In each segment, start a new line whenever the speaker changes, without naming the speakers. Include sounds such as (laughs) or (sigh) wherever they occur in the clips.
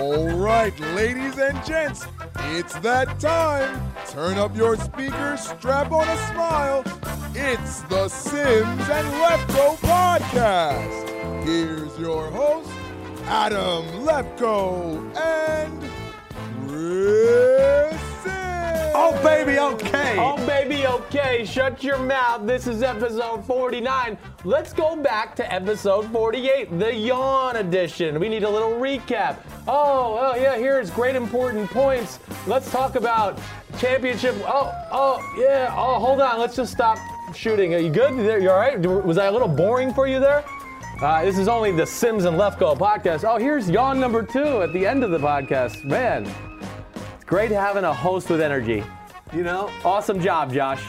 right, ladies and gents, it's that time. Turn up your speakers, strap on a smile. It's the Sims and Lefko podcast. Here's your host, Adam Lefko and Chris Sims.
Oh, baby, okay.
Oh, baby, okay, shut your mouth. This is episode 49. Let's go back to episode 48, the yawn edition. We need a little recap. Oh, oh, yeah, here's great important points. Let's talk about championship. Oh, oh, yeah. Oh, hold on. Let's just stop shooting. Are you good? There, you all right? Was I a little boring for you there? Uh, this is only the Sims and Lefko podcast. Oh, here's yawn number two at the end of the podcast. Man, it's great having a host with energy.
You know,
Awesome job, Josh.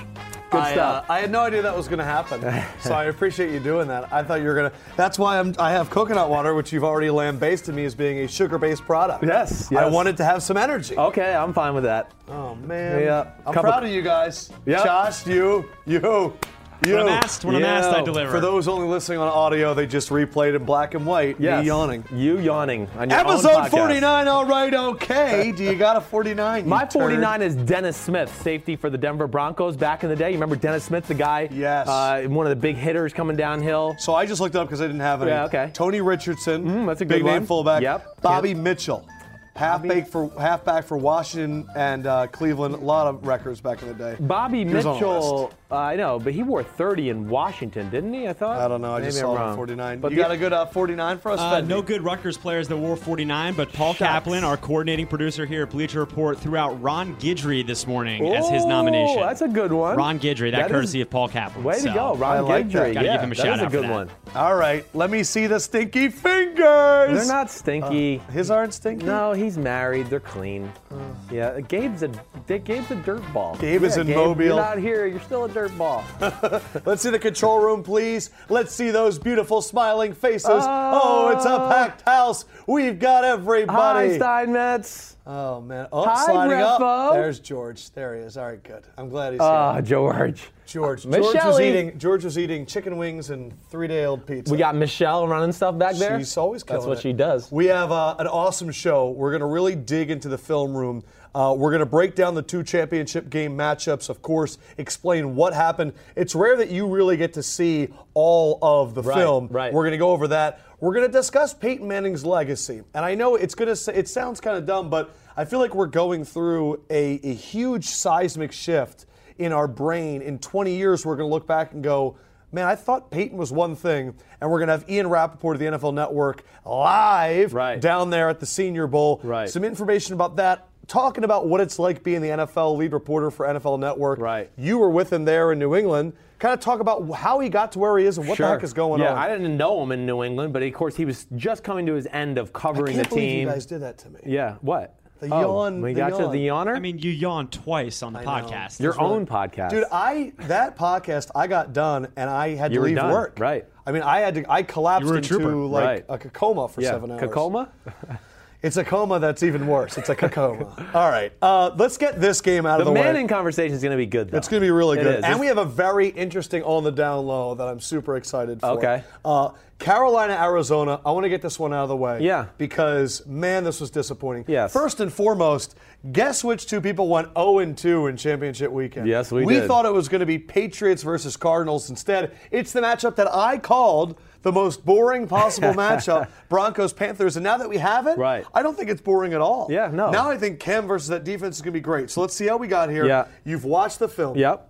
Good
I, uh,
stuff.
I had no idea that was going
(laughs)
to happen, so I appreciate you doing that. I thought you were going to. That's why I'm, I have coconut water, which you've already lambasted me as being a sugar-based product.
Yes,
I
yes.
wanted to have some energy. Oh,
okay, I'm fine with that.
man,
Yeah.
I'm
Couple-
proud of you guys.
Yeah.
Josh, you, you, you.
When I'm asked, when I'm asked, I
Yo.
deliver.
For those only listening on audio, they just replayed in black and white. me
Yes.
yawning.
You yawning on your own
Episode
podcast.
49, all right, okay. Do you got a 49? you
My
turd?
49 is Dennis Smith, safety for the Denver Broncos back in the day. You remember Dennis Smith, the guy?
Yes.
Uh, one of the big hitters coming downhill.
So I just looked up because I didn't have any.
Yeah, okay. Mm,
Tony Richardson,
that's a good
big name
one.
fullback.
Yep.
Bobby
Yep.
Mitchell, halfback for halfback for Washington and uh, Cleveland. A lot of records back in the day.
Bobby
was on the
Mitchell, uh, I know, but he wore 30 in Washington, didn't he? I thought.
I don't know. I
Maybe
just
I'm
saw him
wrong.
49.
But
you
the-
got a good uh, 49 for us?
Uh,
Fenby?
no good Rutgers players that wore 49, but Paul Kaplan, our coordinating producer here at Bleacher Report, threw out Ron Guidry this morning as his
Ooh,
nomination.
That's a good one.
Ron Guidry, that,
That is-
courtesy of Paul Kaplan.
Way
so.
to go,
I
Ron
like
Guidry.
that.
Gotta
yeah,
give him a
that
shout
is a
out for
good
that.
one.
All right. Let me see the stinky fingers.
They're not stinky.
His aren't stinky.
No, he's married. They're clean. Yeah, Gabe's a Gabe's a dirt ball.
Gabe is
Yeah,
in
You're
Mobile.
not here. You're still a dirt ball.
Let's see the control room, please. Let's see those beautiful smiling faces. oh, it's a packed house. We've got
Hi,
everybody.
Steinmetz.
Oh man! Oh,
Hi,
sliding
Refo.
up. There's George. There he is. All right, good. I'm glad he's
Ah,
here.
George.
George. George
Michelle.
was eating. George was eating chicken wings and three-day-old pizza.
We got Michelle running stuff back there.
She's always
That's
killing
what
it.
she does.
We have uh, an awesome show. We're going to really dig into the film room. Uh, we're going to break down the two championship game matchups, of course, explain what happened. It's rare that you really get to see all of the
Right,
film.
right.
We're going to go over that. We're going to discuss Peyton Manning's legacy. And I know it's going to it sounds kind of dumb, but I feel like we're going through a, a huge seismic shift in our brain. In 20 years, we're going to look back and go, man, I thought Peyton was one thing. And we're going to have Ian Rappaport of the NFL Network live
Right.
down there at the Senior Bowl.
Right.
Some information about that. Talking about what it's like being the NFL lead reporter for NFL Network.
Right.
You were with him there in New England. Kind of talk about how he got to where he is and what
Sure.
the heck is going
yeah,
on.
I didn't know him in New England, but of course he was just coming to his end of covering
can't
the
believe
team.
You guys did that to me.
Yeah, what?
The
Oh,
yawn-
We
the
got you the yawner.
I mean, you yawned twice on the podcast.
your own podcast.
Dude, I that podcast I got done and I had
You
to
were
leave
done,
work.
right.
I mean, I had to. I collapsed
You were a
into
trooper.
like
Right.
a coma for
yeah,
seven hours.
Kakoma.
It's a coma that's even worse. It's a cacoma. (laughs) All right, uh, let's get this game out
The,
of the way.
Manning conversation is going to be good. Though.
It's going to be really
It
good.
is.
And we have a very interesting on the down low that I'm super excited for.
Okay.
Uh, Carolina, Arizona. I want to get this one out of the way.
Yeah.
Because, man, this was disappointing.
Yes.
First and foremost, guess which two people went 0 and 2 in championship weekend?
Yes, we
We
did.
thought it was going to be Patriots versus Cardinals. Instead, it's the matchup that I called. The most
(laughs)
boring possible matchup, Broncos Panthers, and now that we have it,
Right.
I don't think it's boring at all.
Yeah, no.
Now I think Cam versus that defense is going to be great. So let's see how we got here.
Yeah.
You've watched the film.
Yep.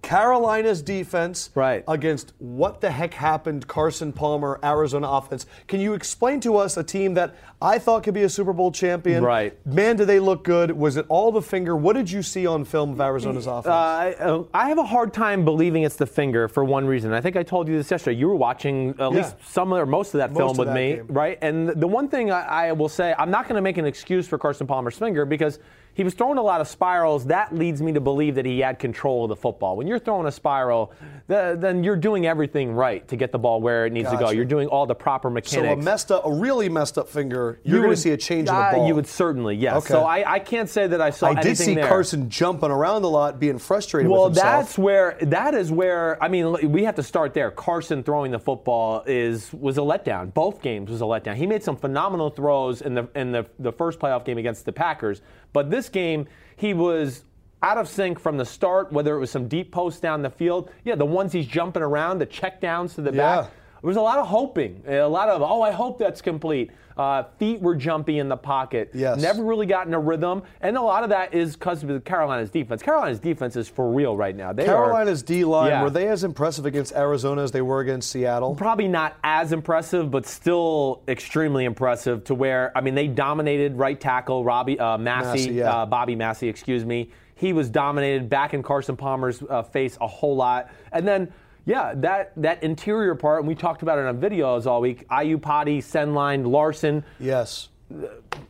Carolina's defense
Right.
against what the heck happened Carson Palmer Arizona offense. Can you explain to us a team that I thought could be a Super Bowl champion?
Right.
Man, do they look good? Was it all the finger? What did you see on film of Arizona's offense?
I, uh, I have a hard time believing it's the finger for one reason. I think I told you this yesterday. You were watching at least some or most of that
Most
film
of
with
that
me,
game.
right? And the one thing I, I will say, I'm not going to make an excuse for Carson Palmer's finger because He was throwing a lot of spirals. That leads me to believe that he had control of the football. When you're throwing a spiral, th- then you're doing everything right to get the ball where it needs to go.
Gotcha.
You're doing all the proper
So a
mechanics.
messed up, a really messed up finger, you're
You
going
would-
to see a change in
Uh,
the ball.
You would certainly, yes.
Okay.
So I, I can't say that I saw
I did
anything
see
there.
Carson jumping around a lot, being frustrated
Well,
with himself.
that's where that is where I mean l- we have to start there. Carson throwing the football is was a letdown. Both games was a letdown. He made some phenomenal throws in the in the the first playoff game against the Packers, but this game he was out of sync from the start. Whether it was some deep posts down the field, yeah, the ones he's jumping around, the check downs to the
Yeah.
back. There was a lot of hoping, a lot of oh, I hope that's complete. Uh, feet were jumpy in the pocket.
Yes.
never really gotten a rhythm, and a lot of that is because of Carolina's defense. Carolina's defense is for real right now. They
Carolina's
are
D line
Yeah.
were they as impressive against Arizona as they were against Seattle?
probably not as impressive, but still extremely impressive. To where I mean, they dominated right tackle Robbie uh, Massey,
Massey, yeah.
uh, Bobby Massey, excuse me. He was dominated back in Carson Palmer's uh, face a whole lot, and then. Yeah, that, that interior part, and we talked about it on videos all week. IU Potty, Senline, Larson,
Yes.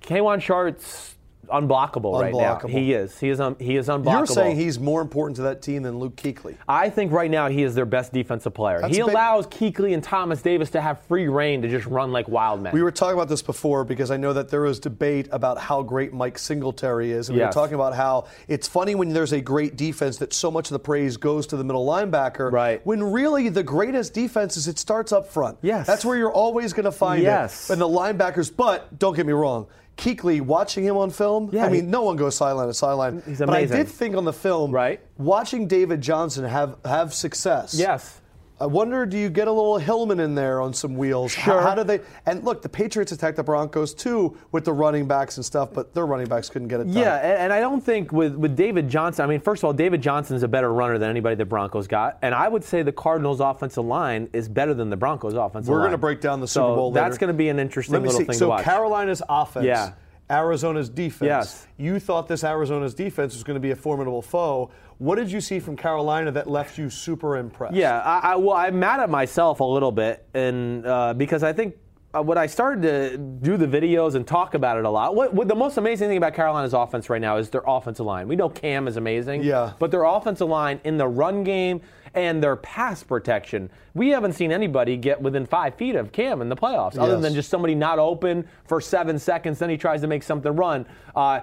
Kwan Shart's unblockable, right now.
Unblockable.
He is. He is. Un- he is unblockable.
You're saying he's more important to that team than Luke Kuechly.
I think right now he is their best defensive player.
That's
he
a bit-
allows Keekly and Thomas Davis to have free reign to just run like wild men.
We were talking about this before because I know that there was debate about how great Mike Singletary is. And We were
Yes.
talking about how it's funny when there's a great defense that so much of the praise goes to the middle linebacker.
Right.
When really the greatest defense is it starts up front.
Yes.
That's where you're always going to find
Yes.
it. And the linebackers, but don't get me wrong. Keekly, watching him on film,
Yeah,
I mean,
he-
no one goes sideline to sideline.
He's
But I
amazing.
did think on the film,
Right.
watching David Johnson have, have success.
yes.
I wonder, do you get a little Hillman in there on some wheels? How-
Sure.
How, do they? And look, the Patriots attacked the Broncos too with the running backs and stuff, but their running backs couldn't get it done.
Yeah, and, and I don't think with, with David Johnson, I mean, first of all, David Johnson's a better runner than anybody the Broncos got. And I would say the Cardinals' offensive line is better than the Broncos' offensive
We're
line.
gonna break down the
So
Super Bowl
That's
later.
going to be an interesting
Let me
little
see.
thing
So
to watch.
Carolina's offense.
Yeah.
Arizona's defense.
Yes.
You thought this Arizona's defense was going to be a formidable foe. What did you see from Carolina that left you super impressed?
Yeah, I, I, well, I'm mad at myself a little bit, and uh, because I think uh, when I started to do the videos and talk about it a lot, what, what the most amazing thing about Carolina's offense right now is their offensive line. We know Cam is amazing,
Yeah.
but their offensive line in the run game and their pass protection, we haven't seen anybody get within five feet of Cam in the playoffs, other
Yes.
than just somebody not open for seven seconds, then he tries to make something run. Uh,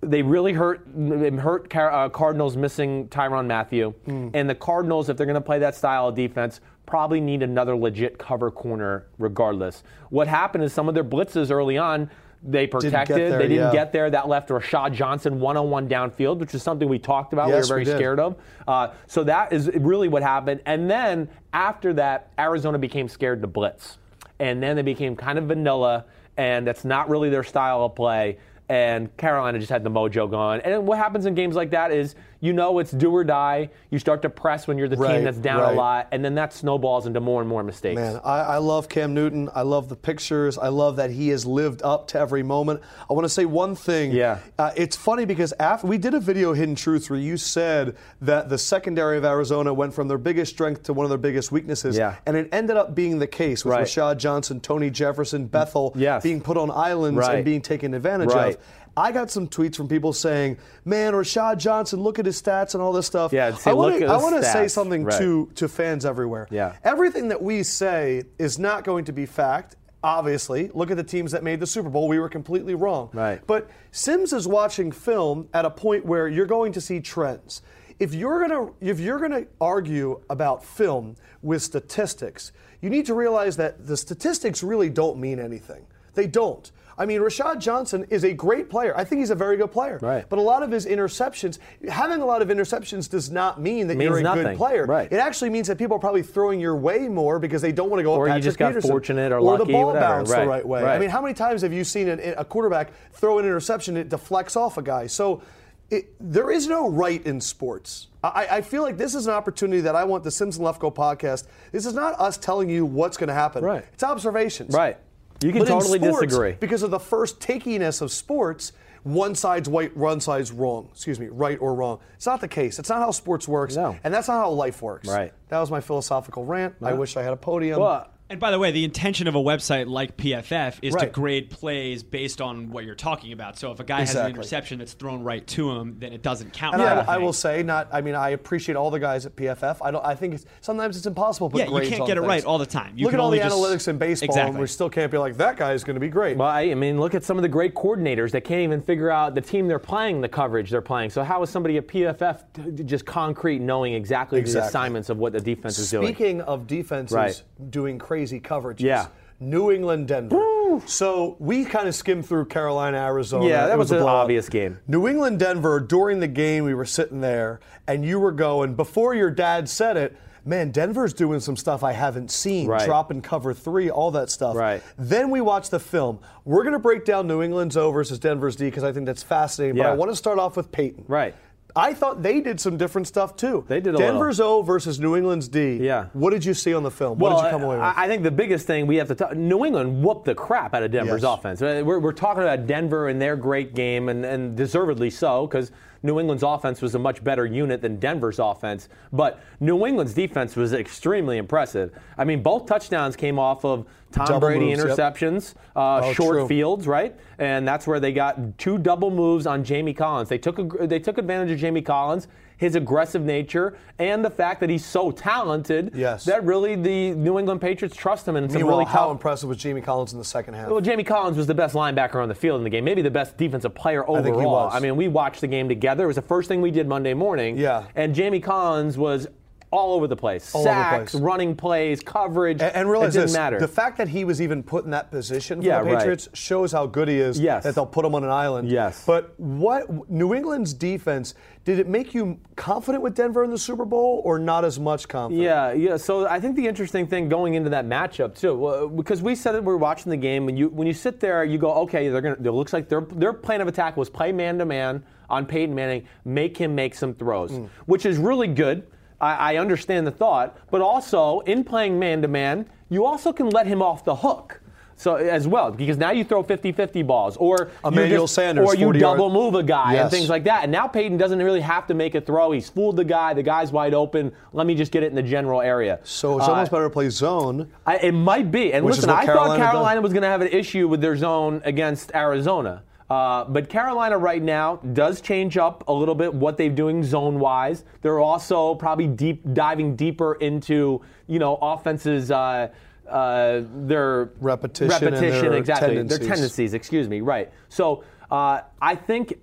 they really hurt m- hurt Car- uh, Cardinals missing Tyron Matthew,
Hmm.
and the Cardinals, if they're going to play that style of defense, probably need another legit cover corner regardless. What happened is some of their blitzes early on. They protected.
there,
they didn't
yeah.
get there. That left Rashad Johnson one-on-one downfield, which is something we talked about.
Yes,
we were very
we did.
scared of. Uh, so that is really what happened. And then after that, Arizona became scared to blitz. And then they became kind of vanilla, and that's not really their style of play. And Carolina just had the mojo going. And what happens in games like that is you know it's do or die. You start to press when you're the
Right,
team that's down
right.
a lot, and then that snowballs into more and more mistakes.
Man, I, I love Cam Newton. I love the pictures. I love that he has lived up to every moment. I want to say one thing.
Yeah.
Uh, it's funny because after we did a video, Hidden Truths, where you said that the secondary of Arizona went from their biggest strength to one of their biggest weaknesses.
Yeah.
And it ended up being the case with
Right. Mm,
Rashad Johnson, Tony Jefferson, Bethel
Yes.
being put on islands and
Right.
being taken advantage
Right.
of. I got some tweets from people saying, "Man, Rashad Johnson, look at his stats and all this stuff."
Yeah, see,
I wanna-
look at
I
his
want to say
stats.
something
Right.
to to fans everywhere.
Yeah.
Everything that we say is not going to be fact. Obviously, look at the teams that made the Super Bowl. We were completely wrong.
Right.
But Sims is watching film at a point where you're going to see trends. If you're gonna if you're gonna argue about film with statistics, you need to realize that the statistics really don't mean anything. They don't. I mean, Rashad Johnson is a great player. I think he's a very good player.
Right.
But a lot of his interceptions, having a lot of interceptions does not mean that
Means
you're a good
nothing.
player.
Right.
It actually means that people are probably throwing your way more because they don't want to go
Or
up
you
Patrick
just got
Peterson.
fortunate or
the
lucky,
ball
whatever.
bounced the
Right,
right way. I
right.
mean, how many times have you seen an, a quarterback throw an interception it deflects off a guy? So it, there is no right in sports. I, I feel like this is an opportunity that I want the Simpson Left Go podcast. This is not us telling you what's going to happen.
Right.
It's observations.
Right. You can
But in
totally
sports,
disagree.
because of the first takiness of sports. One side's right, one side's wrong. Excuse me, right or wrong. It's not the case. It's not how sports works,
No.
and that's not how life works.
Right.
That was my philosophical rant. I wish I had a podium.
Well,
And by the way, the intention of a website like PFF is to
Right.
grade plays based on what you're talking about. So if a guy has an
Exactly.
interception that's thrown right to him, then it doesn't count.
And
for
I, I
anything.
will say, not. I mean, I appreciate all the guys at PFF. I don't. I think it's, sometimes it's impossible. To put
Yeah, you
grades
can't
on
get it
things.
right all the time. You
Look at
can
all
only
the
just-
analytics in baseball,
Exactly.
and we still can't be like that guy is going to be great.
Well, I I mean, look at some of the great coordinators that can't even figure out the team they're playing, the coverage they're playing. So how is somebody at PFF t- t- just concrete knowing exactly, the
Exactly.
assignments of what the defense is doing?
Speaking of defenses
Right.
doing crazy coverages,
Yeah.
New England, Denver. So we kind of skimmed through Carolina, Arizona.
Yeah, that
It
was
a
an
blowout.
obvious game.
New England, Denver. During the game, we were sitting there, and you were going before your dad said it. Man, Denver's doing some stuff I haven't seen.
Right.
Drop and cover three, all that stuff.
Right.
Then we watch the film. We're going to break down New England's O versus Denver's D because I think that's fascinating. But
Yeah.
I want to start off with Peyton.
Right.
I thought they did some different stuff too.
They did a little.
Denver's O versus New England's D.
Yeah.
What did you see on the film? what did you come away with?
I, I think the biggest thing we have to talk New England whooped the crap out of Denver's
Yes.
offense. Uh, We're, we're talking about Denver and their great game, and, and deservedly so, because New England's offense was a much better unit than Denver's offense. But New England's defense was extremely impressive. I mean, both touchdowns came off of Tom
Double
Brady
moves, yep.
interceptions, uh,
Oh,
short
true.
fields, right? And that's where they got two double moves on Jamie Collins. They took a, they took advantage of Jamie Collins, his aggressive nature, and the fact that he's so talented
Yes.
that really the New England Patriots trust him and some
Meanwhile,
really
how
tough.
impressive was Jamie Collins in the second half?
Well, Jamie Collins was the best linebacker on the field in the game, maybe the best defensive player overall.
think he was.
mean, we watched the game together. It was the first thing we did Monday morning.
Yeah.
And Jamie Collins was all over the place.
All over the
Sacks,
place.
running plays, coverage.
and, and realize
it didn't
this:
matter.
the fact that he was even put in that position for
Yeah,
the
right.
Patriots shows how good he is.
Yes.
That they'll put him on an island.
Yes.
But what New England's defense did it make you confident with Denver in the Super Bowl, or not as much confident?
Yeah, yeah. So I think the interesting thing going into that matchup too, well, because we said that we were watching the game, and you when you sit there, you go, okay, they're gonna. It looks like their their plan of attack was play man to man on Peyton Manning, make him make some throws,
Mm.
which is really good. I, I understand the thought, but also in playing man to man, you also can let him off the hook. So as well, because now you throw 50-50 balls, or you
Emmanuel
just-
Sanders,
or you
40 yard-
double move a guy and
Yes.
things like like that. And now Peyton doesn't really have to make a throw. He's fooled the guy. The guy's wide open. Let me just get it in the general area.
So it's
Uh,
almost better to play zone.
I, it might be. And
Which is
listen,
what
I thought
Carolina does.
Carolina was going to have an issue with their zone against Arizona. Uh, but Carolina right now does change up a little bit what they're doing zone wise. They're also probably deep diving deeper into you know offenses. Uh, uh, their
Repetition and
repetition,
their
exactly. Their
tendencies.
tendencies, excuse me, right. So uh, I think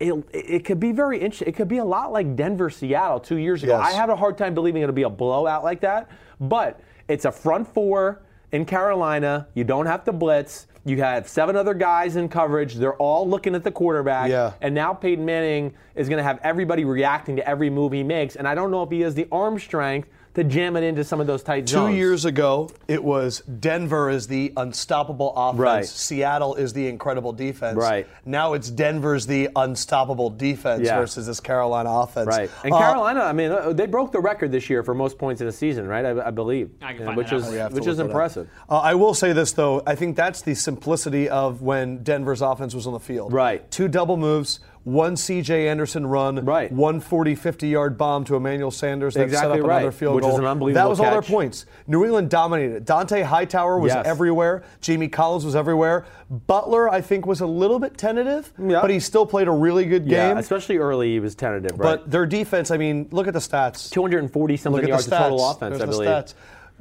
it, it could be very interesting. It could be a lot like Denver, Seattle two years ago.
Yes.
I have a hard time believing it'll be a blowout like that, but it's a front four in Carolina. You don't have to blitz. You have seven other guys in coverage. They're all looking at the quarterback.
Yeah.
And now Peyton Manning is going to have everybody reacting to every move he makes. And I don't know if he has the arm strength to jam it into some of those tight
Two
zones.
years ago, it was Denver is the unstoppable offense.
Right.
Seattle is the incredible defense.
Right.
Now it's Denver's the unstoppable defense
Yeah.
versus this Carolina offense.
Right. And
Uh,
Carolina, I mean, uh, they broke the record this year for most points in a season, right? I, I believe.
I can
Uh,
find
which
that out
is
for you.
We have to
which is
look it up.
impressive.
Uh, I will say this though. I think that's the simplicity of when Denver's offense was on the field.
Right.
Two double moves, one C.J. Anderson run,
Right.
One 40, 50 yard bomb to Emmanuel Sanders that set
Exactly
up
right,
another field
which is
goal.
an unbelievable
That was all their
catch.
points. New England dominated. it. Dante Hightower was
Yes.
everywhere. Jamie Collins was everywhere. Butler, I think, was a little bit tentative,
Yeah.
but he still played a really good game.
Yeah, especially early, he was tentative, right?
but their defense, I mean, look at the stats.
240 something
Look at
yards
the
of total
stats.
offense,
There's
I
the
believe.
stats.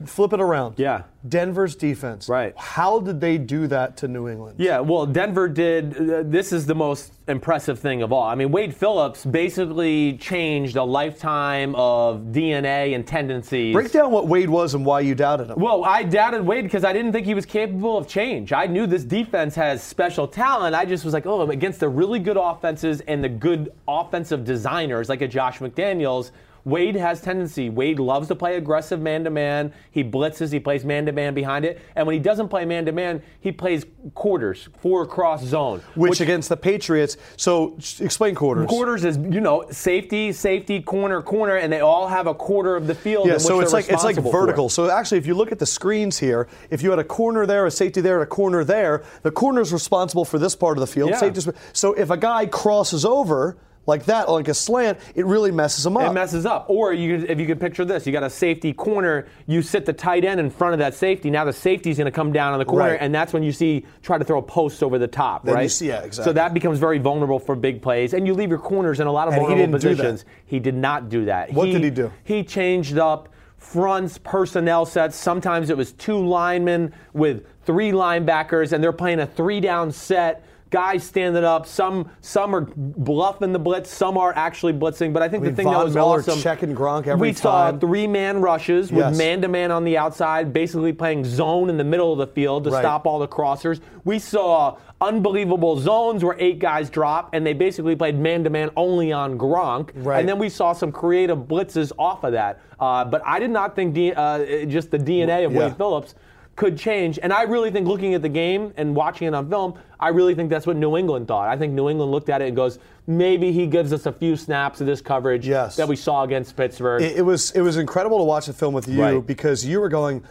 Flip it around.
Yeah.
Denver's defense.
Right.
How did they do that to New England?
Yeah, well, Denver did. Uh, this is the most impressive thing of all. I mean, Wade Phillips basically changed a lifetime of DNA and tendencies.
Break down what Wade was and why you doubted him.
Well, I doubted Wade because I didn't think he was capable of change. I knew this defense has special talent. I just was like, oh, against the really good offenses and the good offensive designers like a Josh McDaniels, Wade has tendency. Wade loves to play aggressive man to man. He blitzes, he plays man to man behind it. And when he doesn't play man to man, he plays quarters, four across zone.
which, against the Patriots. So s- explain quarters.
Quarters is you know safety, safety, corner, corner, and they all have a quarter of the field. in
Yeah,
which
so
they're
it's like it's like
responsible for.
vertical. So actually, if you look at the screens here, if you had a corner there, a safety there, and a corner there, the corner is responsible for this part of the field.
Yeah.
Safety's- so if a guy crosses over, like that, like a slant, it really messes them up.
It messes up. Or you, could- if you could picture this, you got a safety corner. You sit the tight end in front of that safety. Now the safety's going to come down on the corner,
Right.
and that's when you see try to throw a post over the top,
Then you
right?
see- yeah, exactly.
So that becomes very vulnerable for big plays, and you leave your corners in a lot of
And he
vulnerable
didn't do that.
positions. He did not do that.
What did he do?
He changed up fronts, personnel sets. Sometimes it was two linemen with three linebackers, and they're playing a three-down set. Guys standing up. Some some are bluffing the blitz. Some are actually blitzing. But I think
I mean,
the thing
Von
that was
Miller
awesome.
checking Gronk every
we saw
time.
three-man rushes with
Yes.
man-to-man on the outside, basically playing zone in the middle of the field to
Right.
stop all the crossers. We saw unbelievable zones where eight guys drop, and they basically played man-to-man only on Gronk.
Right.
And then we saw some creative blitzes off of that. Uh, but I did not think D, uh, it- just the DNA of
Yeah.
Wade Phillips could change. And I really think looking at the game and watching it on film, I really think that's what New England thought. I think New England looked at it and goes, maybe he gives us a few snaps of this coverage
Yes.
that we saw against Pittsburgh.
It, it was it was incredible to watch the film with you
Right.
because you were going.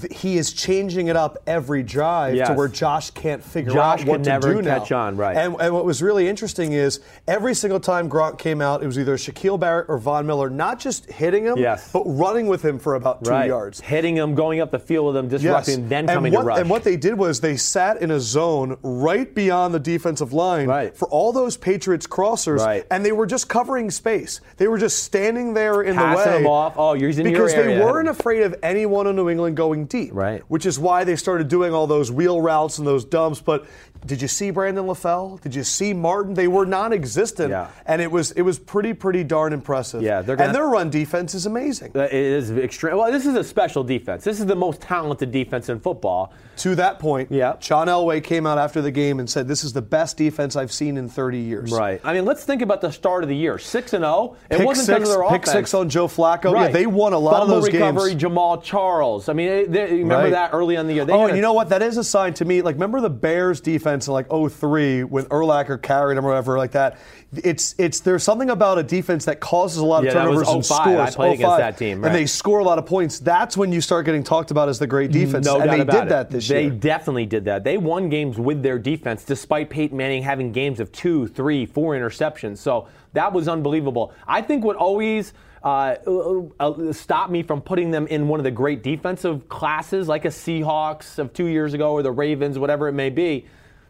"Th- He is changing it up every drive to
Yes.
where Josh can't figure
Josh
out
can
what to
never
do now.
catch on, right.
And, and what was really interesting is every single time Gronk came out, it was either Shaquille Barrett or Von Miller, not just hitting him,
Yes.
but running with him for about two
Right.
yards.
Hitting him, going up the field with him, disrupting, then coming
and what,
to rush.
And what they did was they sat in a zone right beyond the defensive line
Right.
for all those Patriots crossers,
Right.
and they were just covering space. They were just standing there in
Passing
the way.
them off. Oh, you're- he's in your
Because
area.
they weren't afraid of anyone in New England going deep.
Right.
Which is why they started doing all those wheel routes and those dumps. But did you see Brandon LaFell? Did you see Martin? They were non-existent.
Yeah.
And it was it was pretty, pretty darn impressive.
Yeah, they're gonna-
and their run defense is amazing.
Uh, it is extreme. Well, this is a special defense. This is the most talented defense in football.
To that point,
Yeah.
John Elway came out after the game and said, "This is the best defense I've seen in 30 years."
I mean, let's think about the start of the year. Six and zero. It
Pick
wasn't
six,
because of their
pick
offense.
six on Joe Flacco. Yeah,
Right.
they won a lot
Fumble
of those
recovery,
games.
Jamal Charles. I mean, they, they- remember
Right.
that early on the year. They
oh,
had
and
a-
you know what? That is a sign to me. Like, remember the Bears defense in like 03 when Erlacher carried them or whatever like that. It's it's there's something about a defense that causes a lot of
Yeah, that was
turnovers and
05. I
scores.
played against
05,
that team, right.
and they score a lot of points. That's when you start getting talked about as the great defense.
No
and
doubt
they
about
did
it.
that this
they
year.
definitely did that. They won games with their defense, despite Peyton Manning having games of two, three, four interceptions. So that was unbelievable. I think what always uh, uh, stopped me from putting them in one of the great defensive classes, like a Seahawks of two years ago or the Ravens, whatever it may be,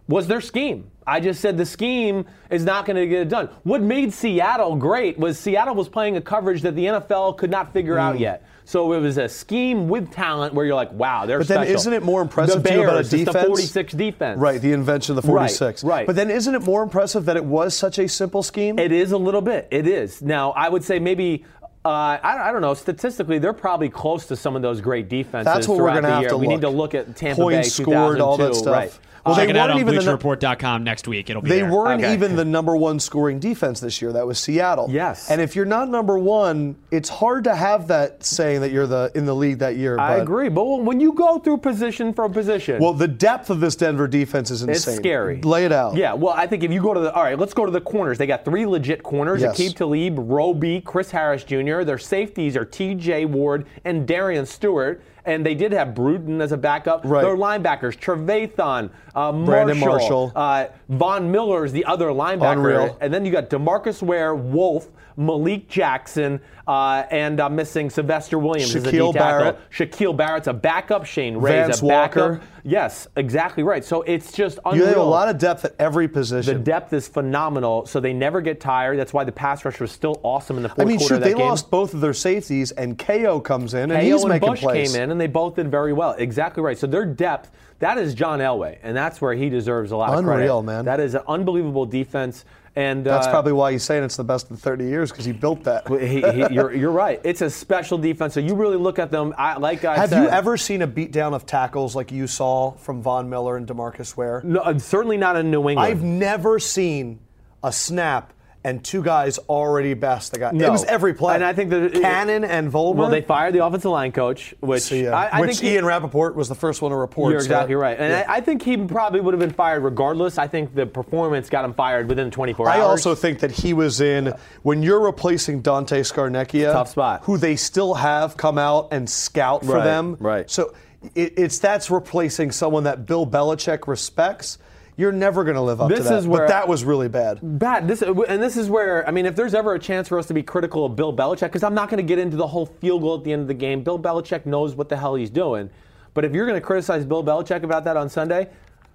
was their scheme. I just said the scheme is not going to get it done. What made Seattle great was Seattle was playing a coverage that the NFL could not figure out yet. So it was a scheme with talent where you're like, wow, they're
But then
special.
isn't it more impressive
the
to
Bears,
you about a
it's the
defense?
46 defense.
Right, the invention of the
Right,
46.
right.
But then isn't it more impressive that it was such a simple scheme?
It is a little bit. It is. Now, I would say maybe. Uh, I, I don't know. Statistically, they're probably close to some of those great defenses.
That's what we're
going
gonna have to
We need to look
look.
at Tampa
Points
Bay,
scored, all that
2002,
stuff.
Right.
Well,
Uh,
they
Check it out
weren't
on
even the nu-
BleacherReport.com next week. It'll be
They
there.
weren't
Okay.
even the number one scoring defense this year. That was Seattle.
Yes.
And if you're not number one, it's hard to have that saying that you're the in the league that year.
I
but-
agree. But when you go through position for position,
Well, the depth of this Denver defense is insane.
scary.
Lay it out.
Yeah, well, I think if you go to the all right, let's go to the corners. They got three legit corners:
Yes.
Akeem Talib, Roby, Chris Harris Jr. Their safeties are T.J. Ward and Darian Stewart, and they did have Bruton as a backup.
Right.
Their linebackers: Trevathan, uh, Marshall,
Brandon Marshall.
Uh, Von Miller is the other linebacker,
Unreal.
and then you got Demarcus Ware, Wolf, Malik Jackson, uh, and uh, missing Sylvester Williams as a D
Shaquille
tackle.
Barrett.
Shaquille Barrett's a backup. Shane Ray's
Vance
a backup.
Walker.
Yes, exactly right. So it's just
You
unreal.
have a lot of depth at every
The
position.
depth is phenomenal, so they never get tired. That's why the pass rush was still awesome in the
I
fourth
mean,
quarter
shoot,
of that
they
game.
lost both of their safeties, and KO comes in, and
Ayo
he's
and
making
Bush
plays.
came in, and they both did very well. Exactly right. So their depth, that is John Elway, and that's where he deserves a lot of credit.
Unreal, man.
That is an unbelievable defense, and
That's
uh,
probably why he's saying it's the best in 30 years because he built that.
he, he, you're, you're right. It's a special defense. So you really look at them. I, like I
Have
said,
you ever seen a beatdown of tackles like you saw from Von Miller and Demarcus Ware?
No, uh, certainly not in New England.
I've never seen a snap and two guys already best the guy.
No.
It was every play.
And I think that-
Cannon and Volmer.
well, they fired the offensive line coach, which
So, yeah.
I, I
Which
think he-
Ian Rappaport was the first one to report.
You're
so-
exactly right. And
Yeah.
I, I think he probably would have been fired regardless. I think the performance got him fired within 24
I
hours.
also think that he was in when you're replacing Dante Scarnecchia,
Tough spot.
who they still have come out and scout for
Right,
them.
right.
So it, it's that's replacing someone that Bill Belichick respects. You're never going to live up to
This
that.
is where-
but that was really bad.
bad. This and this is where I mean, if there's ever a chance for us to be critical of Bill Belichick, because I'm not going to get into the whole field goal at the end of the game. Bill Belichick knows what the hell he's doing. But if you're going to criticize Bill Belichick about that on Sunday,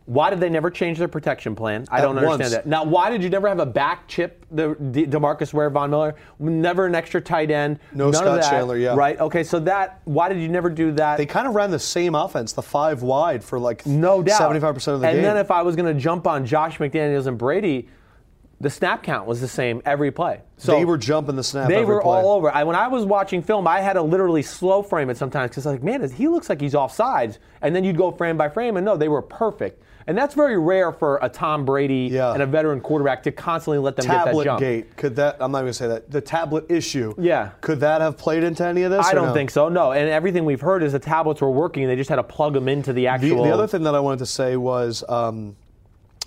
why did they never change their protection plan? I
At
don't understand
once.
that. Now, why did you never have a back chip, the De- Demarcus Ware, Von Miller, never an extra tight end?
No
none
Scott
of that,
Chandler, yeah.
Right. Okay. So that why did you never do that?
They kind of ran the same offense, the five wide, for like
No doubt.
75% of the
and
game.
then if I was going to jump on Josh McDaniels and Brady, the snap count was the same every play. So
they were jumping the snap.
they
every
were
play.
all over. I, when I was watching film, I had to literally slow frame it sometimes because like, man, is- he looks like he's off sides. And then you'd go frame by frame, and no, they were perfect. And that's very rare for a Tom Brady
Yeah.
and a veteran quarterback to constantly let them get that
tablet
jump.
gate. Could that? I'm not going to say that. The tablet issue.
Yeah.
Could that have played into any of this?
I
or
don't
no?
think so. No, and everything we've heard is the tablets were working. They just had to plug them into the
The,
actual.
the other thing that I wanted to say was, um,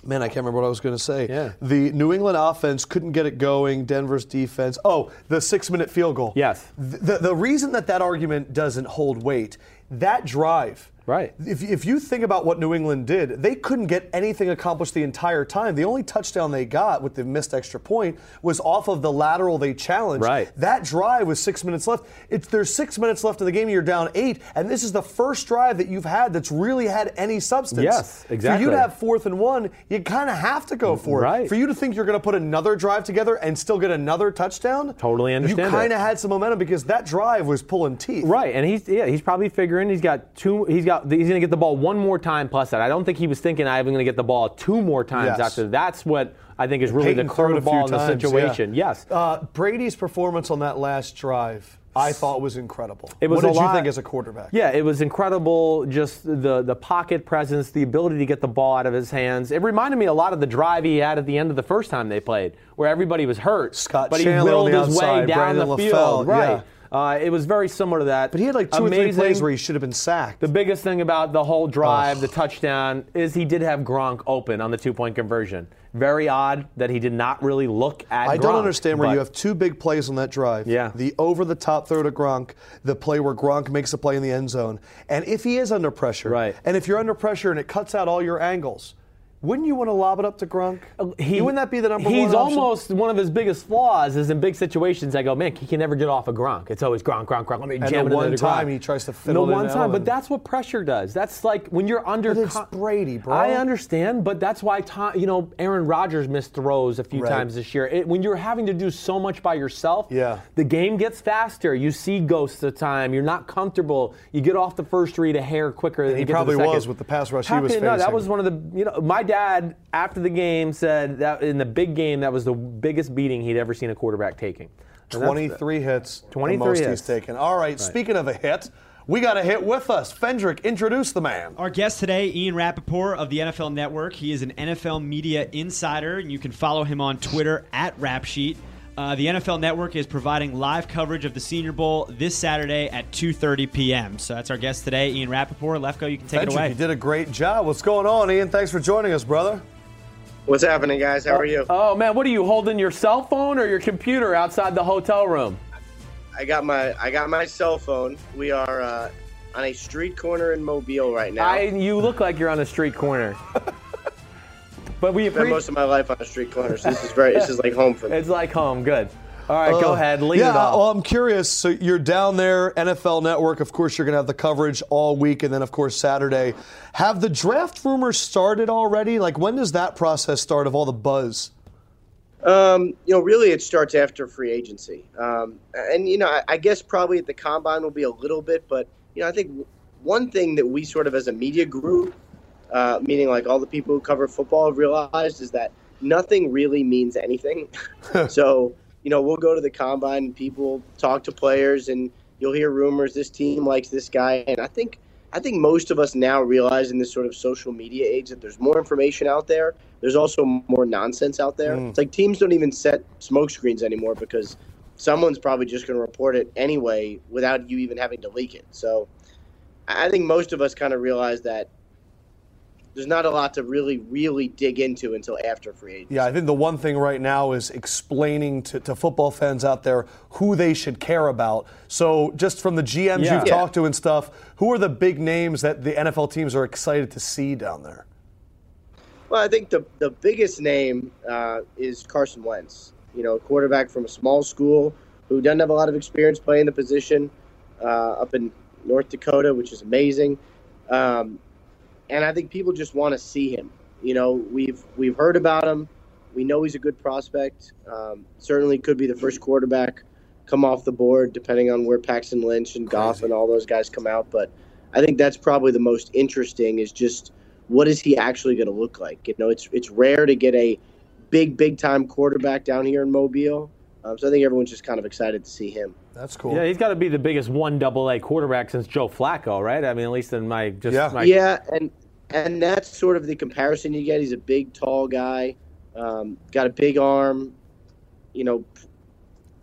man, I can't remember what I was going to say.
Yeah.
The New England offense couldn't get it going. Denver's defense. Oh, the six-minute field goal.
Yes.
Th- The, the reason that that argument doesn't hold weight, that drive.
Right.
If, if you think about what New England did, they couldn't get anything accomplished the entire time. The only touchdown they got with the missed extra point was off of the lateral they challenged.
Right.
That drive was six minutes left. It's there's six minutes left in the game. You're down eight, and this is the first drive that you've had that's really had any substance.
Yes,
For you
exactly.
to have fourth and one, you kind of have to go for
Right.
it. For you to think you're going to put another drive together and still get another touchdown,
Totally understand
You
it.
kind of had some momentum because that drive was pulling teeth.
Right, and he's yeah, he's probably figuring he's got two. He's got he's going to get the ball one more time plus that. I don't think he was thinking I'm going to get the ball two more times
Yes.
after. That's what I think is really
Peyton
the
threw it a few
curveball in the
times,
situation.
yeah.
Yes,
Uh, Brady's performance on that last drive, I thought was incredible.
It was
what did
a
you
lot-
think as a quarterback?
Yeah, it was incredible. Just the the pocket presence, the ability to get the ball out of his hands. It reminded me a lot of the drive he had at the end of the first time they played, where everybody was hurt.
Scott
but
Chandler
he
on
willed
the
his way
outside,
down
Brandon
the
LaFell,
field.
yeah.
Right. Uh, it was very similar to that.
But he had like two or three plays where he should have been sacked.
The biggest thing about the whole drive, the touchdown, is he did have Gronk open on the two point conversion. Very odd that he did not really look at
I don't
Gronk,
understand where you
but-
have two big plays on that drive.
Yeah.
The over the top throw to Gronk, the play where Gronk makes a play in the end zone. And if he is under pressure,
Right.
and if you're under pressure and it cuts out all your angles, wouldn't you want to lob it up to Gronk?
Uh, He,
wouldn't that be the number
he's
one? option?
almost one of his biggest flaws is in big situations. I go, man, he can never get off of Gronk. It's always Gronk, Gronk, Gronk. Let me
the
jam it into
one
the
time
Gronk.
he tries to
The
fiddle it
one
out
time, but
and-
that's what pressure does. That's like when you're under.
But it's Brady, bro.
I understand, but that's why Tom, you know Aaron Rodgers missed throws a few
Right.
times this year. It, when you're having to do so much by yourself,
Yeah.
the game gets faster. You see ghosts of time. You're not comfortable. You get off the first read a hair quicker. than
he
you get to the
probably
second.
was with the pass rush he was
Happened- No, that
facing.
was one of the you know my dad after the game said that in the big game that was the biggest beating he'd ever seen a quarterback taking. And that's-
23 hits.
23
the most
hits.
he's taken. All right, speaking of a hit, we got a hit with us. Fendrick, introduce the man.
Our guest today, Ian Rappaport of the NFL Network. He is an NFL media insider, and you can follow him on Twitter at RapSheet. Uh, the NFL Network is providing live coverage of the Senior Bowl this Saturday at 2:30 p.m. So that's our guest today, Ian Rappaport. Lefko, you can take it
Fendrick,
away.
you did a great job. What's going on, Ian? Thanks for joining us, brother.
What's happening, guys? How are you?
Oh man, what are you holding? Your cell phone or your computer outside the hotel room? oh.
I got my I got my cell phone. We are uh, on a street corner in Mobile right now.
I, you look like you're on a street
(laughs)
corner. but we
spent
appreciate
most of my life on a street corner, so this is very this is like home
(laughs)
for me.
it's like home. Good. All right, go
Uh,
ahead. Lead
yeah,
it off.
well, I'm curious. So you're down there, NFL Network. Of course, you're going to have the coverage all week, and then of course Saturday. Have the draft rumors started already? Like, when does that process start? Of all the buzz,
Um, you know, really, it starts after free agency, um, and you know, I, I guess probably at the combine will be a little bit, but you know, I think w- one thing that we sort of as a media group, uh, meaning like all the people who cover football, have realized is that nothing really means anything. (laughs) so you know, we'll go to the combine, people talk to players, and you'll hear rumors. This team likes this guy, and I think I think most of us now realize in this sort of social media age that there's more information out there. There's also more nonsense out there. It's like teams don't even set smoke screens anymore because someone's probably just going to report it anyway without you even having to leak it. So I I think most of us kind of realize that there's not a lot to really, really dig into until after free agency.
yeah, I think the one thing right now is explaining to, to football fans out there who they should care about. So, just from the GMs
Yeah.
you've
Yeah.
talked to and stuff, who are the big names that the NFL teams are excited to see down there?
Well, I think the the biggest name uh, is Carson Wentz. You know, a quarterback from a small school who doesn't have a lot of experience playing the position uh, up in North Dakota, which is amazing. Um, and I think people just want to see him. You know, we've we've heard about him. We know he's a good prospect. Um, certainly could be the first quarterback come off the board, depending on where Paxton Lynch and Goff and all those guys come out. But I think that's probably the most interesting is just what is he actually going to look like? You know, it's it's rare to get a big big time quarterback down here in Mobile, um, so I think everyone's just kind of excited to see him.
That's cool.
Yeah, he's got to be the biggest one double A quarterback since Joe Flacco, right? I mean, at least in my just
Yeah.
my
Yeah, and and that's sort of the comparison you get. He's a big, tall guy, um, got a big arm. You know, p-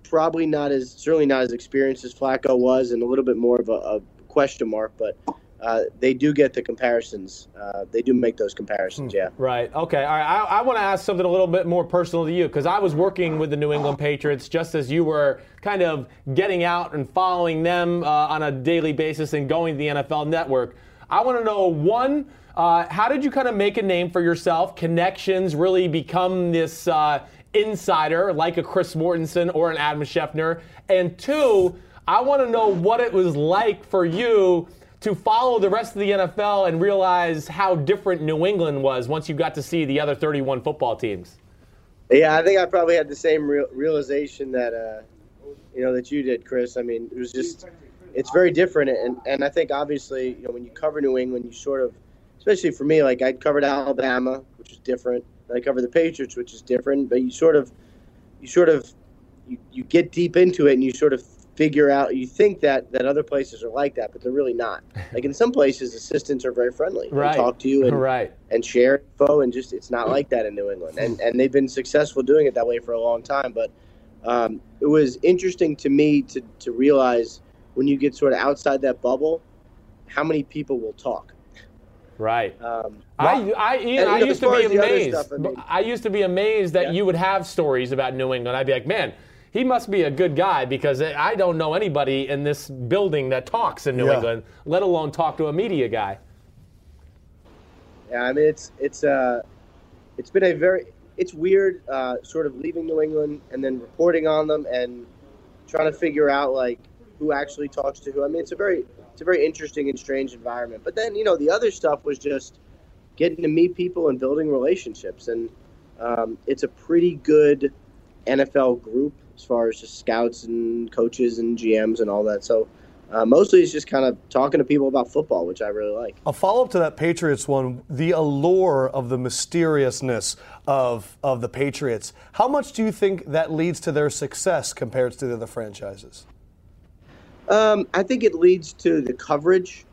probably not as certainly not as experienced as Flacco was, and a little bit more of a, a question mark. But uh, they do get the comparisons. Uh, they do make those comparisons. Yeah.
Right. Okay. All right. I, I want to ask something a little bit more personal to you because I was working with the New England Patriots just as you were kind of getting out and following them uh, on a daily basis and going to the NFL Network. I want to know one, uh, how did you kind of make a name for yourself? Connections really become this uh, insider like a Chris Mortensen or an Adam Scheffner. And two, I want to know what it was like for you to follow the rest of the NFL and realize how different New England was once you got to see the other 31 football teams.
Yeah, I think I probably had the same real, realization that uh, you know that you did, Chris. I mean, it was just it's very different, and and I think obviously you know when you cover New England, you sort of, especially for me, like I covered Alabama, which is different. and I covered the Patriots, which is different. But you sort of you sort of you, you get deep into it and you sort of figure out you think that that other places are like that but they're
(laughs)
really not like in some places assistants are very friendly
Right.
they talk to you and
Right.
and share info and just it's not like that in New England and and they've been successful doing it that way for a long time but um, it was interesting to me to, to realize when you get sort of outside that bubble how many people will talk
Right.
um,
I, I, Ian,
And,
I
you know,
used
as
to
far
be
as the other
amazed.
stuff, I mean-
I used to be amazed that
Yeah.
you would have stories about New England. I'd be like, man, he must be a good guy because I don't know anybody in this building that talks in New
Yeah.
England, let alone talk to a media guy.
yeah I mean it's it's uh it's been a very it's weird uh, sort of leaving New England and then reporting on them and trying to figure out like who actually talks to who I mean it's a very it's a very interesting and strange environment but then you know the other stuff was just getting to meet people and building relationships. And um, it's a pretty good NFL group as far as just scouts and coaches and GMs and all that. So uh, mostly it's just kind of talking to people about football, which I really like.
A follow up to that Patriots one, the allure of the mysteriousness of, of the Patriots. How much do you think that leads to their success compared to the other franchises?
Um, I think it leads to the coverage.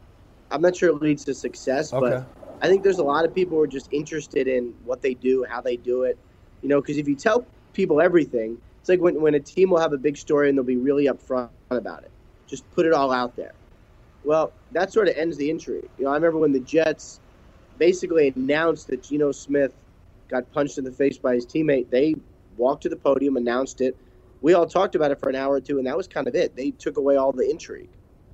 I'm not sure it leads to success,
Okay.
but I think there's a lot of people who are just interested in what they do, how they do it. You know, because if you tell people everything, it's like when, when a team will have a big story and they'll be really upfront about it. Just put it all out there. Well, that sort of ends the intrigue. You know, I remember when the Jets basically announced that Geno Smith got punched in the face by his teammate. They walked to the podium, announced it. We all talked about it for an hour or two, and that was kind of it. They took away all the intrigue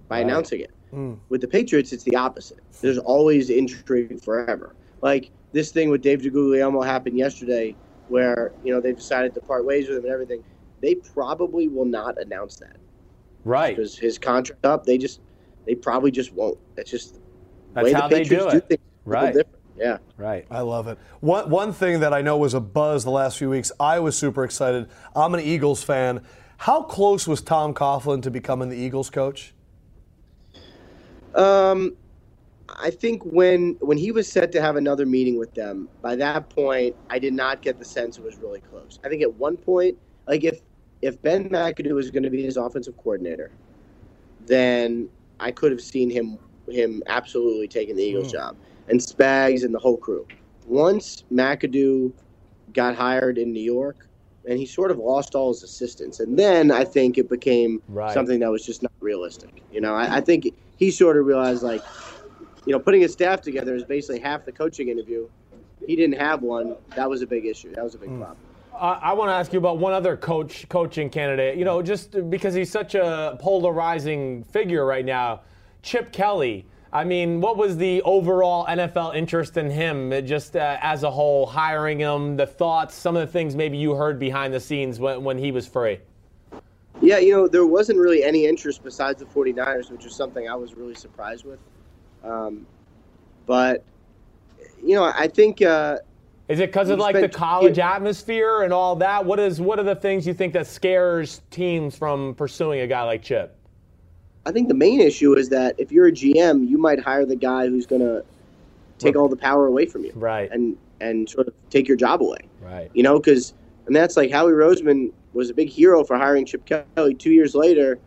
by announcing it.
Mm.
With the Patriots, it's the opposite. There's always intrigue forever. Like this thing with Dave DeGuglielmo happened yesterday, where you know they've decided to part ways with him and everything. They probably will not announce that
Right.
because his contract up. They just they probably just won't. That's just the
That's
way
how
the
they do
Patriots do,
it.
things. is a little
Right.
different. Yeah.
Right.
I love it. One, one thing that I know was a buzz the last few weeks, I was super excited. I'm an Eagles fan. How close was Tom Coughlin to becoming the Eagles coach?
Um, I think when when he was set to have another meeting with them, by that point, I did not get the sense it was really close. I think at one point, like if if Ben McAdoo was going to be his offensive coordinator, then I could have seen him him absolutely taking the Eagles job and Spags and the whole crew. Once McAdoo got hired in New York, and he sort of lost all his assistants, and then I think it became
Right.
something that was just not realistic. You know, I, I think he sort of realized like, you know, putting his staff together is basically half the coaching interview. He didn't have one. That was a big issue. That was a big problem.
I, I want to ask you about one other coach, coaching candidate. You know, just because he's such a polarizing figure right now, Chip Kelly. I mean, what was the overall NFL interest in him, uh, just uh, as a whole, hiring him, the thoughts, some of the things maybe you heard behind the scenes when, when he was free?
Yeah, you know, there wasn't really any interest besides the 49ers, which is something I was really surprised with. Um, but, you know, I think uh,
Is it because of
He's
like the
been-
college atmosphere and all that? What is what are the things you think that scares teams from pursuing a guy like Chip?
I think the main issue is that if you're a GM, you might hire the guy who's going to take all the power away from you
Right,
and, and sort of take your job away.
right,
you know, because and that's like Howie Roseman was a big hero for hiring Chip Kelly. Two years later,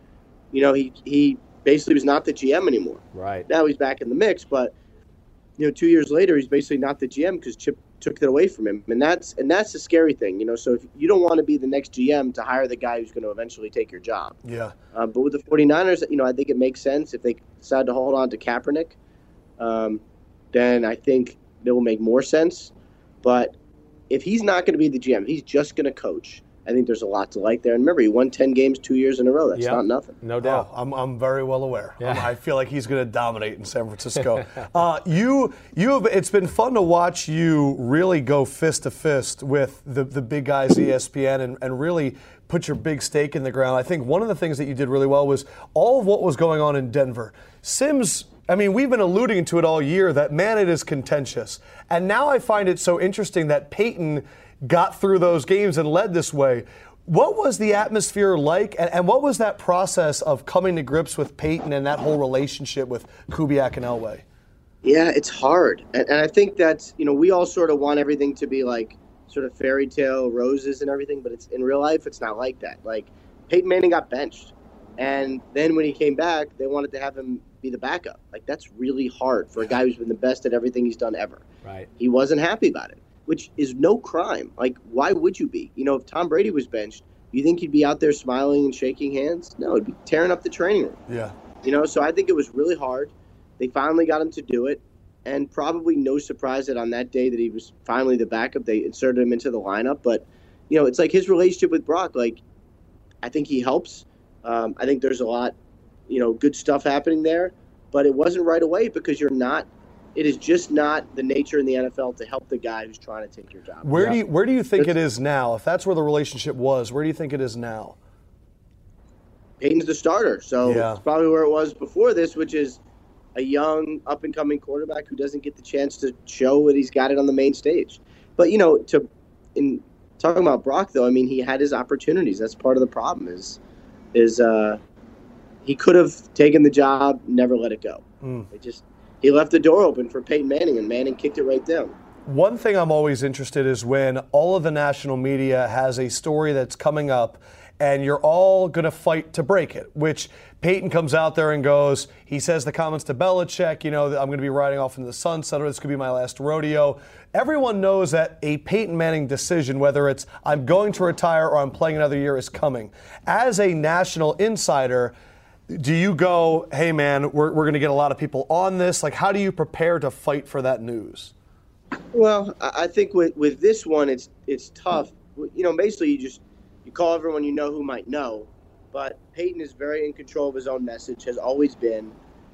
you know, he he basically was not the GM anymore.
right,
Now he's back in the mix, but you know, two years later, he's basically not the GM because Chip took that away from him, and that's and that's the scary thing, you know. So if you don't want to be the next GM to hire the guy who's going to eventually take your job,
Yeah.
uh, but with the 49ers, you know, I think it makes sense if they decide to hold on to Kaepernick, um, then I think it will make more sense. But if he's not going to be the GM, he's just going to coach. I think there's a lot to like there. And remember, he won 10 games two years in a row. That's
Yeah.
not nothing.
no doubt.
Oh, I'm, I'm very well aware.
Yeah.
I'm- I feel like he's going to dominate in San
(laughs)
Francisco. uh, you, you have. It's been fun to watch you really go fist to fist with the, the big guys, E at ESPN, and, and really put your big stake in the ground. I think one of the things that you did really well was all of what was going on in Denver. Sims. I mean, we've been alluding to it all year that man, it is contentious, and now I find it so interesting that Peyton got through those games and led this way. What was the atmosphere like, and, and what was that process of coming to grips with Peyton and that whole relationship with Kubiak and Elway?
Yeah, it's hard. And, and I think that's, you know, we all sort of want everything to be like sort of fairy tale roses and everything, but it's in real life, it's not like that. Like Peyton Manning got benched. And then when he came back, they wanted to have him be the backup. Like that's really hard for a guy who's been the best at everything he's done ever.
Right.
He wasn't happy about it, which is no crime. Like, why would you be? You know, if Tom Brady was benched, you think he'd be out there smiling and shaking hands? No, it'd be tearing up the training room
Yeah.
you know so i think it was really hard they finally got him to do it and probably no surprise that on that day that he was finally the backup they inserted him into the lineup but you know it's like his relationship with brock like i think he helps um, i think there's a lot you know good stuff happening there but it wasn't right away because you're not it is just not the nature in the nfl to help the guy who's trying to take your job
Where do you, where do you think it is now? If that's where the relationship was, where do you think it is now?
Peyton's the starter, so
Yeah.
it's probably where it was before this, which is a young, up and coming quarterback who doesn't get the chance to show that he's got it on the main stage. But you know, to in talking about Brock though, I mean, he had his opportunities. That's part of the problem is is uh, he could have taken the job, never let it go.
Mm.
It just he left the door open for Peyton Manning, and Manning kicked it right down.
One thing I'm always interested is when all of the national media has a story that's coming up and you're all going to fight to break it, which Peyton comes out there and goes, he says the comments to Belichick, you know, that I'm going to be riding off into the sunset or this could be my last rodeo. Everyone knows that a Peyton Manning decision, whether it's I'm going to retire or I'm playing another year, is coming. As a national insider, do you go, hey man, we're, we're going to get a lot of people on this? Like, how do you prepare to fight for that news?
Well, I I think with, with this one, it's it's tough. You know, basically, you just you call everyone you know who might know. But Peyton is very in control of his own message. Has always been.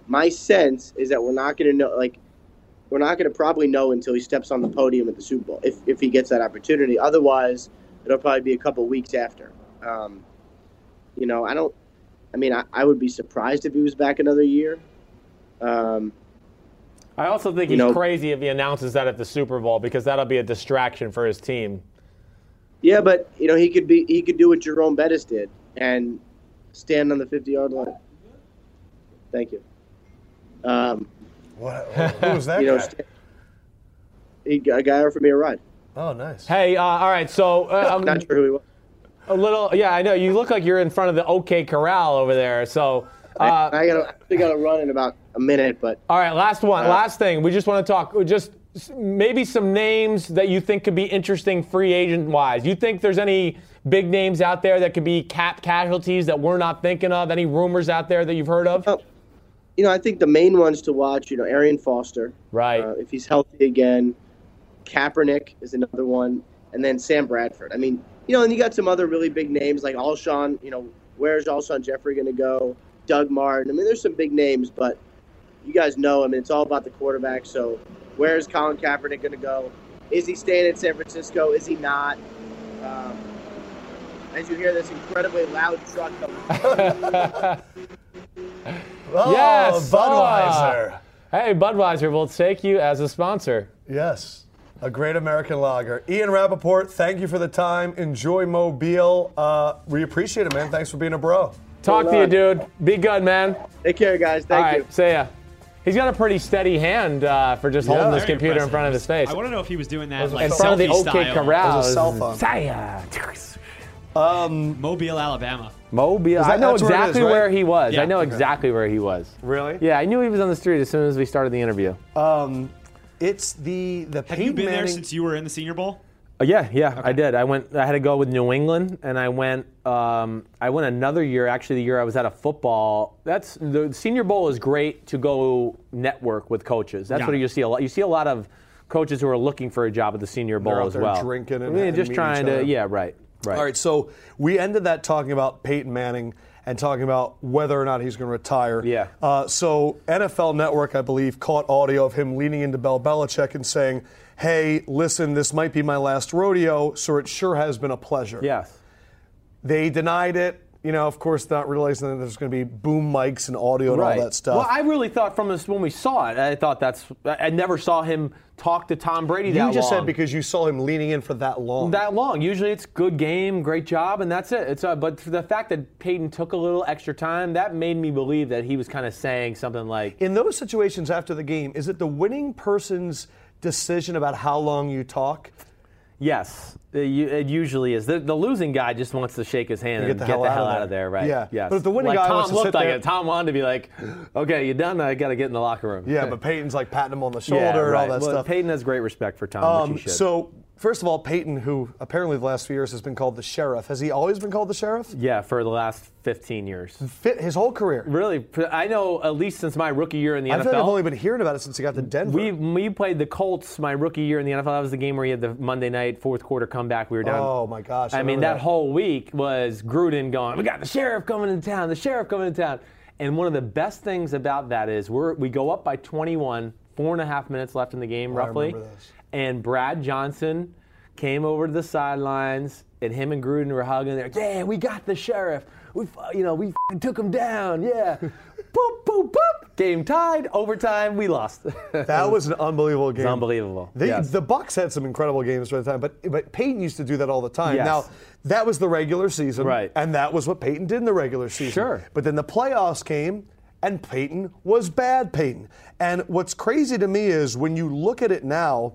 My sense is that we're not going to know. Like, we're not going to probably know until he steps on the podium at the Super Bowl if if he gets that opportunity. Otherwise, it'll probably be a couple weeks after. Um, you know, I don't. I mean, I, I would be surprised if he was back another year. Um,
I also think he's
You know-
crazy if he announces that at the Super Bowl because that'll be a distraction for his team.
Yeah, but you know he could be he could do what Jerome Bettis did and stand on the fifty yard line. Thank you. Um,
What? Who was that
(laughs) you know,
guy?
sta- he got a guy offered me a ride.
oh, nice.
Hey, uh, all right, so uh, I'm
(laughs) Not sure who he was.
a little. Yeah, I know you look like you're in front of the OK Corral over there. So. Uh,
I got I got to run in about a minute, but
All right, last one.
Uh,
last thing. We just want to talk just s- maybe some names that you think could be interesting free agent wise. You think there's any big names out there that could be cap casualties that we're not thinking of? Any rumors out there that you've heard of?
Oh. you know I think the main ones to watch. You know, Arian Foster.
Right.
Uh, if he's healthy again, Kaepernick is another one, and then Sam Bradford. I mean, you know, and you got some other really big names like Alshon. You know, where's Alshon Jeffrey going to go? Doug Martin. I mean, there's some big names, but You guys know him. It's all about the quarterback. So where is Colin Kaepernick going to go? Is he staying in San Francisco? Is he not? Um, as you hear this incredibly loud truck coming.
Oh,
Yes!
Budweiser.
Hey, Budweiser, we'll take you as a sponsor.
Yes. A great American lager. Ian Rappaport, thank you for the time. Enjoy Mobile. Uh, we appreciate it, man. Thanks for being a bro.
Talk to you,
uh,
dude. Be good, man.
Take care, guys. Thank
All right,
you.
see ya. He's got a pretty steady hand uh, for just holding this
Very
computer in
impressive.
front of his face.
I want to know if he was doing that like
In front of the
selfie
OK
style.
Corral.
There's a cell phone.
Saya.
Mobile, Alabama.
Mobile. I know
that's where it
exactly
is, right?
where he was.
Yeah.
I know
Okay.
exactly where he was.
Really?
Yeah, I knew he was on the street as soon as we started the interview.
Um, It's the the
Have
Peyton
you been there
Manning-
since you were in the Senior Bowl?
Uh, yeah, yeah, I did. I went. I had to go with New England, and I went. Um, I went another year. Actually, the year I was at a football. That's the Senior Bowl is great to go network with coaches. That's
Yeah.
what you see a lot. You see a lot of coaches who are looking for a job at the Senior Bowl
They're out
as
there
well.
drinking and-
I mean,
and
just
meeting
trying
each other.
to. Yeah, right, right.
All right, so we ended that talking about Peyton Manning and talking about whether or not he's going to retire.
Yeah.
Uh, so NFL Network, I believe, caught audio of him leaning into Bill Belichick and saying, "Hey, listen, this might be my last rodeo, so it sure has been a pleasure."
Yes.
They denied it. You know, of course, not realizing that there's going to be boom mics and audio and all that stuff.
Well, I really thought from this when we saw it, I thought that's. I never saw him talk to Tom Brady
you
that
just
long.
said because you saw him leaning in for that long.
that long. Usually it's good game, great job, and that's it. It's uh, but for the fact that Peyton took a little extra time, that made me believe that he was kind of saying something like,
in those situations after the game, is it the winning person's decision about how long you talk?
"Yes, it, u- it usually is." The, the losing guy just wants to shake his hand
And
and get the hell, out, of there, right?
Yeah.
Yes.
But if the winning
Like,
guy
Tom
wants to
looked
sit
like
there-
it. Tom wanted to be like, "Okay, you're done. I got to get in the locker room."
Yeah, but Peyton's like patting him on the shoulder
Yeah,
and
right.
all that
Well,
stuff.
Peyton has great respect for Tom,
um,
which he should.
so, first of all, Peyton, who apparently the last few years has been called the sheriff, has he always been called the sheriff?
yeah, for the last 15 years.
Fit his whole career.
Really, I know at least since my rookie year in the
I
NFL.
feel like I've only been hearing about it since he got to Denver.
We we played the Colts my rookie year in the NFL. That was the game where he had the Monday night fourth quarter comeback. We were down.
oh my gosh!
I mean,
remember
that, whole week was Gruden going. We got the sheriff coming in town. The sheriff coming in town. And one of the best things about that is we're we go up by 21, four and a half minutes left in the game,
I
roughly.
remember this.
And Brad Johnson came over to the sidelines, and him and Gruden were hugging. They're like, "Yeah, we got the sheriff. We, f- you know, we f- took him down.
(laughs)
Yeah, boop, boop, boop. Game tied, overtime. We lost." (laughs)
That was an unbelievable game.
unbelievable.
The,
Yes.
the Bucks had some incredible games for the time, but but Peyton used to do that all the time.
Yes.
Now that was the regular season,
Right.
And that was what Peyton did in the regular season.
Sure.
But then the playoffs came, and Peyton was bad. Peyton. And what's crazy to me is when you look at it now,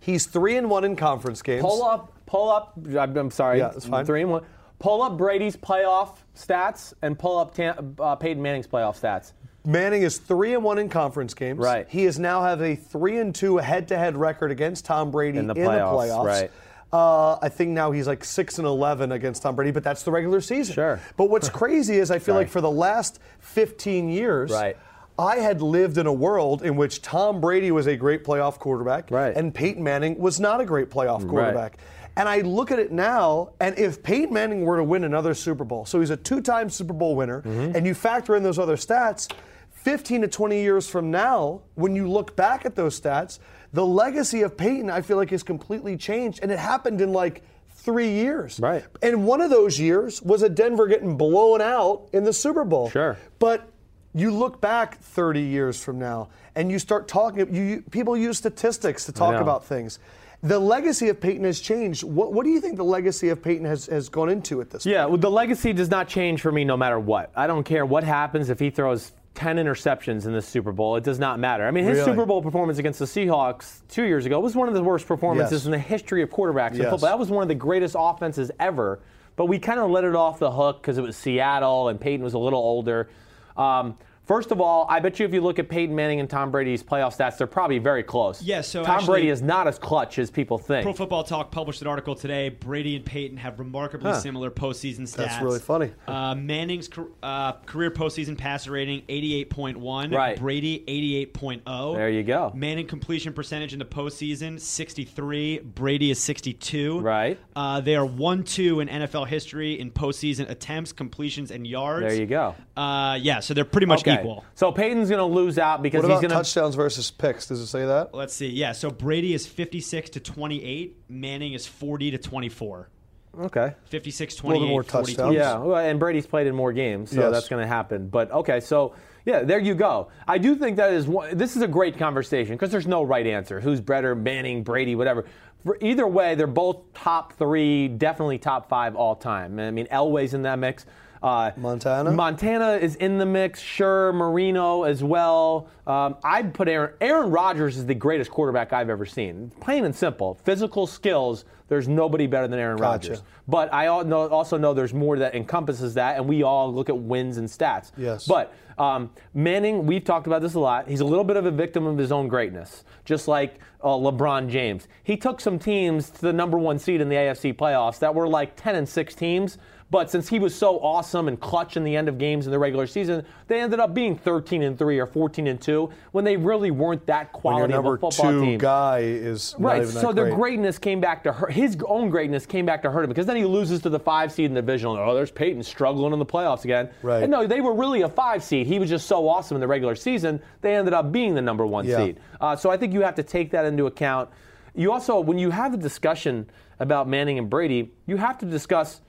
he's three and one in conference games.
Pull up, pull up. I'm, I'm sorry.
Yeah, it's fine.
Three and one. Pull up Brady's playoff stats and pull up Tam, uh, Peyton Manning's playoff stats.
Manning is three and one in conference games.
Right.
He is now have a three and two head to head record against Tom Brady
In the
playoffs.
playoffs, right.
Uh, I think now he's like six and eleven against Tom Brady, but that's the regular season.
Sure. (laughs)
But what's crazy is I feel
Sorry.
like for the last fifteen years,
Right.
I had lived in a world in which Tom Brady was a great playoff quarterback,
Right.
and Peyton Manning was not a great playoff quarterback. And I look at it now, and if Peyton Manning were to win another Super Bowl, so he's a two time Super Bowl winner,
Mm-hmm.
and you factor in those other stats, 15 to 20 years from now, when you look back at those stats, the legacy of Peyton, I feel like, has completely changed. And it happened in like three years.
Right.
And one of those years was a Denver getting blown out in the Super Bowl.
Sure.
But you look back 30 years from now and you start talking, you, you, people use statistics to talk
know.
about things. The legacy of Peyton has changed. What, what do you think the legacy of Peyton has, has gone into at this
Yeah, well, the legacy does not change for me no matter what. I don't care what happens if he throws 10 interceptions in the Super Bowl. It does not matter. I mean, his
Really?
Super Bowl performance against the Seahawks two years ago was one of the worst performances
Yes.
in the history of quarterbacks in
Yes.
football. That was one of the greatest offenses ever, but we kind of let it off the hook because it was Seattle and Peyton was a little older. Um, First of all, I bet you if you look at Peyton Manning and Tom Brady's playoff stats, they're probably very close.
Yeah, so
Tom
actually-
Brady is not as clutch as people think.
Pro Football Talk published an article today. Brady and Peyton have remarkably similar postseason stats.
That's really funny.
Uh, Manning's car- uh, career postseason passer rating 88.1.
Right.
Brady 88.0.
There you go.
Manning completion percentage in the postseason 63. Brady is 62.
Right.
Uh, they are one two in NFL history in postseason attempts, completions, and yards.
There you go.
Uh, yeah, so they're pretty much
Okay,
equal.
So Peyton's going to lose out because
What about
he's going to.
touchdowns versus picks? Does it say that?
Let's see. Yeah, so Brady is 56 to 28. Manning is 40 to 24.
Okay.
56
little
28.
bit more
40,
touchdowns.
Yeah, well, and Brady's played in more games, so
Yes.
that's going to happen. But okay, so yeah, there you go. I do think that is one, this is a great conversation because there's no right answer. Who's better, Manning, Brady, whatever. For either way, they're both top three, definitely top five all time. I mean, Elway's in that mix. Uh,
Montana?
Montana is in the mix. Sure, Marino as well. Um, I'd put Aaron. Aaron Rodgers is the greatest quarterback I've ever seen. Plain and simple, physical skills. There's nobody better than Aaron
Gotcha.
Rodgers. But I al- know- also know there's more that encompasses that, and we all look at wins and stats.
Yes.
But um, Manning, we've talked about this a lot. He's a little bit of a victim of his own greatness, just like uh, LeBron James. He took some teams to the number one seed in the AFC playoffs that were like 10 and 6 teams. But since he was so awesome and clutch in the end of games in the regular season, they ended up being 13 and 3 or 14 and 2 when they really weren't that
When your
quality of
number
a football
two
team.
guy is not
Right.
even
so
that
their greatness came back to hurt his own greatness came back to hurt him because then he loses to the five seed in the divisional. Oh, there's Peyton struggling in the playoffs again.
Right.
And no, they were really a five seed. He was just so awesome in the regular season. They ended up being the number one
Yeah.
seed. Uh, so I think you have to take that into account. You also, when you have a discussion about Manning and Brady, you have to discuss.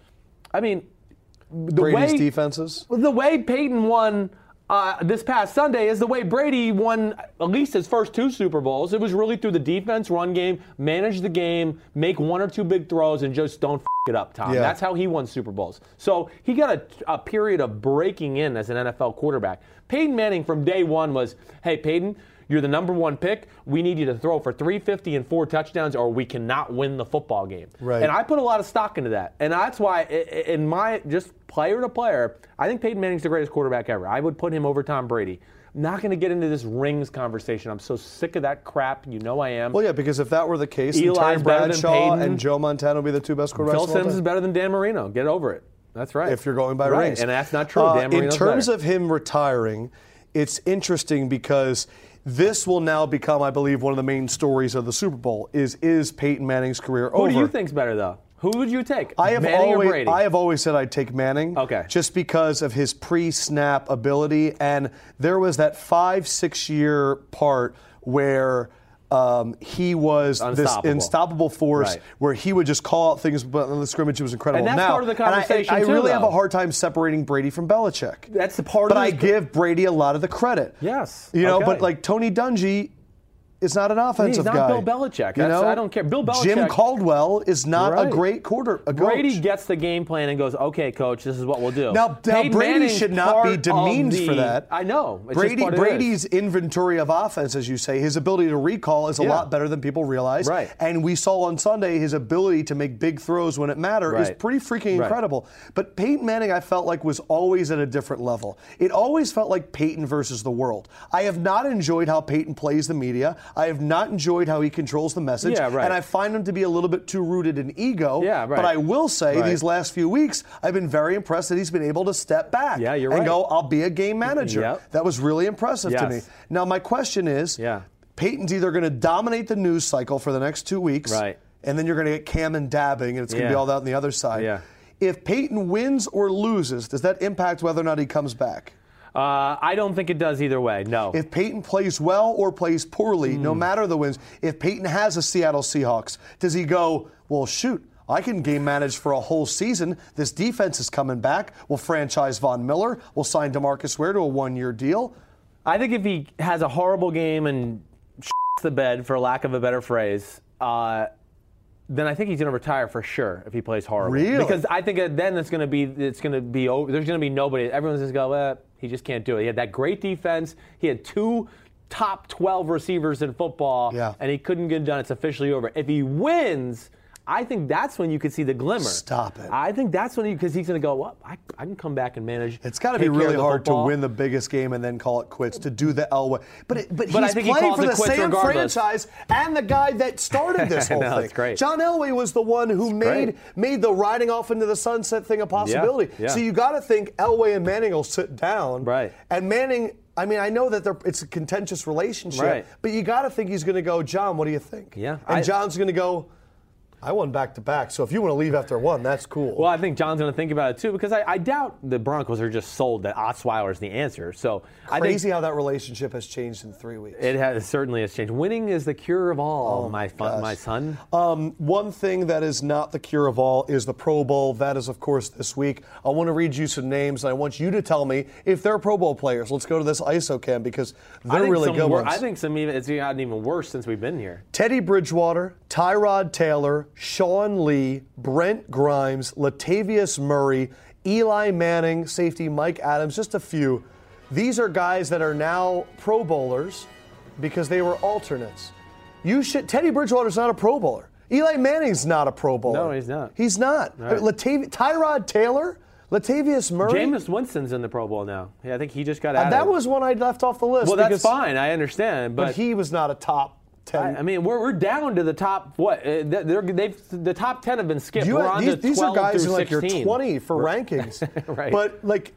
I mean, the
Brady's
way
defenses.
the way Peyton won uh, this past Sunday is the way Brady won at least his first two Super Bowls. It was really through the defense, run game, manage the game, make one or two big throws, and just don't f- it up, Tom.
Yeah.
That's how he won Super Bowls. So he got a, a period of breaking in as an NFL quarterback. Peyton Manning from day one was, hey, Peyton. You're the number one pick. We need you to throw for 350 and four touchdowns, or we cannot win the football game.
Right.
And I put a lot of stock into that, and that's why, i- i- in my just player to player, I think Peyton Manning's the greatest quarterback ever. I would put him over Tom Brady. I'm not going to get into this rings conversation. I'm so sick of that crap. You know I am.
Well, yeah, because if that were the case, then
Eli's
Terry
better than
Bradshaw
Peyton.
and Joe Montana would be the two best quarterbacks.
Phil
of all
Sims
time.
is better than Dan Marino. Get over it. That's right.
if you're going by
right.
rings.
and that's not true.
Uh,
Dan Marino's
in terms
better.
of him retiring, it's interesting because this will now become, I believe, one of the main stories of the Super Bowl is is Peyton Manning's career
who
over?
do you think's better though? Who would you take?
I have
Manning
always
or Brady?
I have always said I'd take Manning.
Okay.
Just because of his pre-snap ability, and there was that five six year part where. Um, he was this
Unstoppable.
unstoppable force
Right.
where he would just call out things on the scrimmage. It was
And
incredible.
that's
now,
part of the
and I-
conversation,
I,
too,
really have
though.
a hard time separating Brady from Belichick.
That's the part
But
of
I
his-
give Brady a lot of the credit.
Yes.
You know,
Okay.
but like Tony Dungy is not an offensive
not
guy.
Bill Belichick.
You
That's-
know,
I don't care. Bill
Jim
Belichick-
Caldwell is not a
Right.
great quarter. A
Brady
coach.
gets the game plan and goes, "Okay, coach, this is what we'll do."
Now- now
Peyton
Brady
Manning's
should not be
part of
demeaned
the-
for that.
I know. It's just
Brady
what it is.
Brady's inventory of offense, as you say, his ability to recall is a
Yeah.
lot better than people realize.
Right.
And we saw on Sunday his ability to make big throws when it mattered is
Right.
pretty freaking
Right.
incredible. But Peyton Manning, I felt like was always at a different level. It always felt like Peyton versus the world. I have not enjoyed how Peyton plays the media. I have not enjoyed how he controls the message.
Yeah, right.
And I find him to be a little bit too rooted in ego.
Yeah, right.
But I will say
Right.
these last few weeks, I've been very impressed that he's been able to step back
Yeah, you're
and
right.
go, I'll be a game manager.
Yep.
That was really impressive to me.
Yes.
Now, my question is
Yeah.
Peyton's either going to dominate the news cycle for the next two weeks,
Right.
and then you're going to get Cam and dabbing, and it's going to be
Yeah.
all that on the other side.
Yeah.
If Peyton wins or loses, does that impact whether or not he comes back?
Uh, I don't think it does either way. No.
If Peyton plays well or plays poorly, no
Hmm.
matter the wins, if Peyton has a Seattle Seahawks, does he go, well, shoot, I can game manage for a whole season. This defense is coming back. We'll franchise Von Miller. We'll sign DeMarcus Ware to a one year deal.
I think if he has a horrible game and shits the bed, for lack of a better phrase, uh, then I think he's going to retire for sure if he plays horrible.
Really?
Because I think that then it's going to be it's going to be over. There's going to be nobody. Everyone's just going, well, he just can't do it. He had that great defense. He had two top 12 receivers in football,
Yeah.
and he couldn't get it done. It's officially over. If he wins. I think that's when you could see the glimmer.
Stop it.
I think that's when because he's going to go. Well, I, I can come back and manage.
It's got to
take
be
care of
really
the
hard
football."
to win the biggest game and then call it quits to do the Elway. But it, but,
But I
he's
think he
playing
calls
for
it
the
quits
same
regardless.
franchise and the guy
(laughs)
that started this whole
know,
thing.
it's great.
John Elway was the one who made
great.
made the riding off into the sunset thing a possibility.
yeah.
So you got to think Elway and Manning will sit down.
Right.
And Manning, I mean, I know that they're, it's a contentious relationship,
Right.
but you got to think he's going to go, John, what do you think?
Yeah,
And
I-
John's going to go. I won back to back, so if you want to leave after one, that's cool.
Well, I think John's going to think about it too because I, I doubt the Broncos are just sold that Osweiler is the answer. So I think
Crazy how that relationship has changed in three weeks.
it has certainly has changed. Winning is the cure of all, my fun,
Oh gosh. Oh,
my son.
One thing that is not the cure of all is the Pro Bowl. That is, of course, this week. I want to read you some names, and I want you to tell me if they're Pro Bowl players. Let's go to this ISO cam because
I
they're
think
really
some
good
wor-
ones.
I think some even it's gotten even worse since we've been here.
Teddy Bridgewater, Tyrod Taylor, Sean Lee, Brent Grimes, Latavius Murray, Eli Manning, safety Mike Adams, just a few. These are guys that are now Pro Bowlers because they were alternates. You should Teddy Bridgewater's not a Pro Bowler. Eli Manning's not a Pro Bowler.
No, he's not.
He's not. I mean, Latav- Tyrod Taylor, Latavius Murray.
Jameis Winston's in the Pro Bowl now. Yeah, I think he just got
Uh,
out.
that was one I left off the list.
well, that's
because-
fine. I understand,
But he was not a top ten.
I I mean, we're, we're down to the top. What? Uh, they're, they've the top ten have been skipped.
You-
we're on
these,
to
these are
12
guys
through
in like
16.
your 20 for rankings.
(laughs) Right.
But like,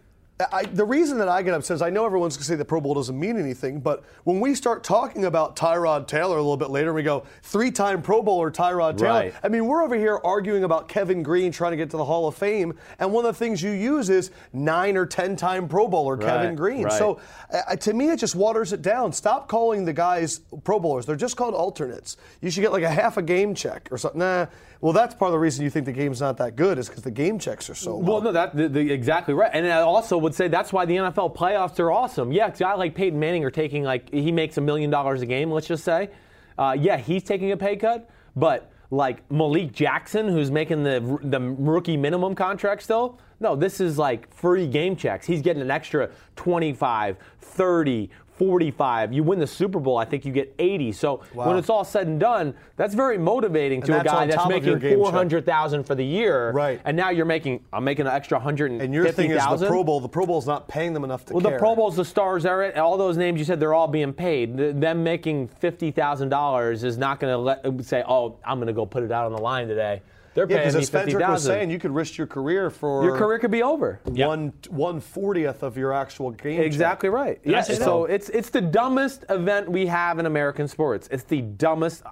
I, the reason that I get upset is I know everyone's gonna say the Pro Bowl doesn't mean anything, but when we start talking about Tyrod Taylor a little bit later, we go three-time Pro Bowler Tyrod Taylor.
Right.
I mean, we're over here arguing about Kevin Green trying to get to the Hall of Fame, and one of the things you use is nine or ten-time Pro Bowler Kevin
Right,
Green.
right.
So uh, to me, it just waters it down. Stop calling the guys Pro Bowlers. They're just called alternates. You should get like a half a game check or something. Nah. Well, that's part of the reason you think the game's not that good is because the game checks are so low.
Well, no, that the, the, exactly right, and I also would say that's why the NFL playoffs are awesome. Yeah, a guy like Peyton Manning are taking like he makes a million dollars a game. Let's just say, uh, yeah, he's taking a pay cut, but like Malik Jackson, who's making the the rookie minimum contract still. No, this is like free game checks. He's getting an extra 25, 30, 45. You win the Super Bowl, I think you get 80. So when it's all said and done, that's very motivating to a
that's
guy
on
that's
top of your
making
game check.
400,000 for the year.
Right.
And now you're making I'm making an extra hundred
and your thing is the Pro Bowl. The Pro Bowl's not paying them enough to
Well,
care.
the Pro Bowls, the stars are it. All those names you said, they're all being paid. Th- them making fifty thousand dollars is not going to let say, oh, I'm going to go put it out on the line today. They're
Yeah,
paying
because
me
as
fifty
Fedrick was saying,
thousand.
you could risk your career for
Your career could be over.
one one fortieth of your actual game. check.
Exactly right.
I
Yeah.
say that?
So it's it's the dumbest event we have in American sports. It's the dumbest.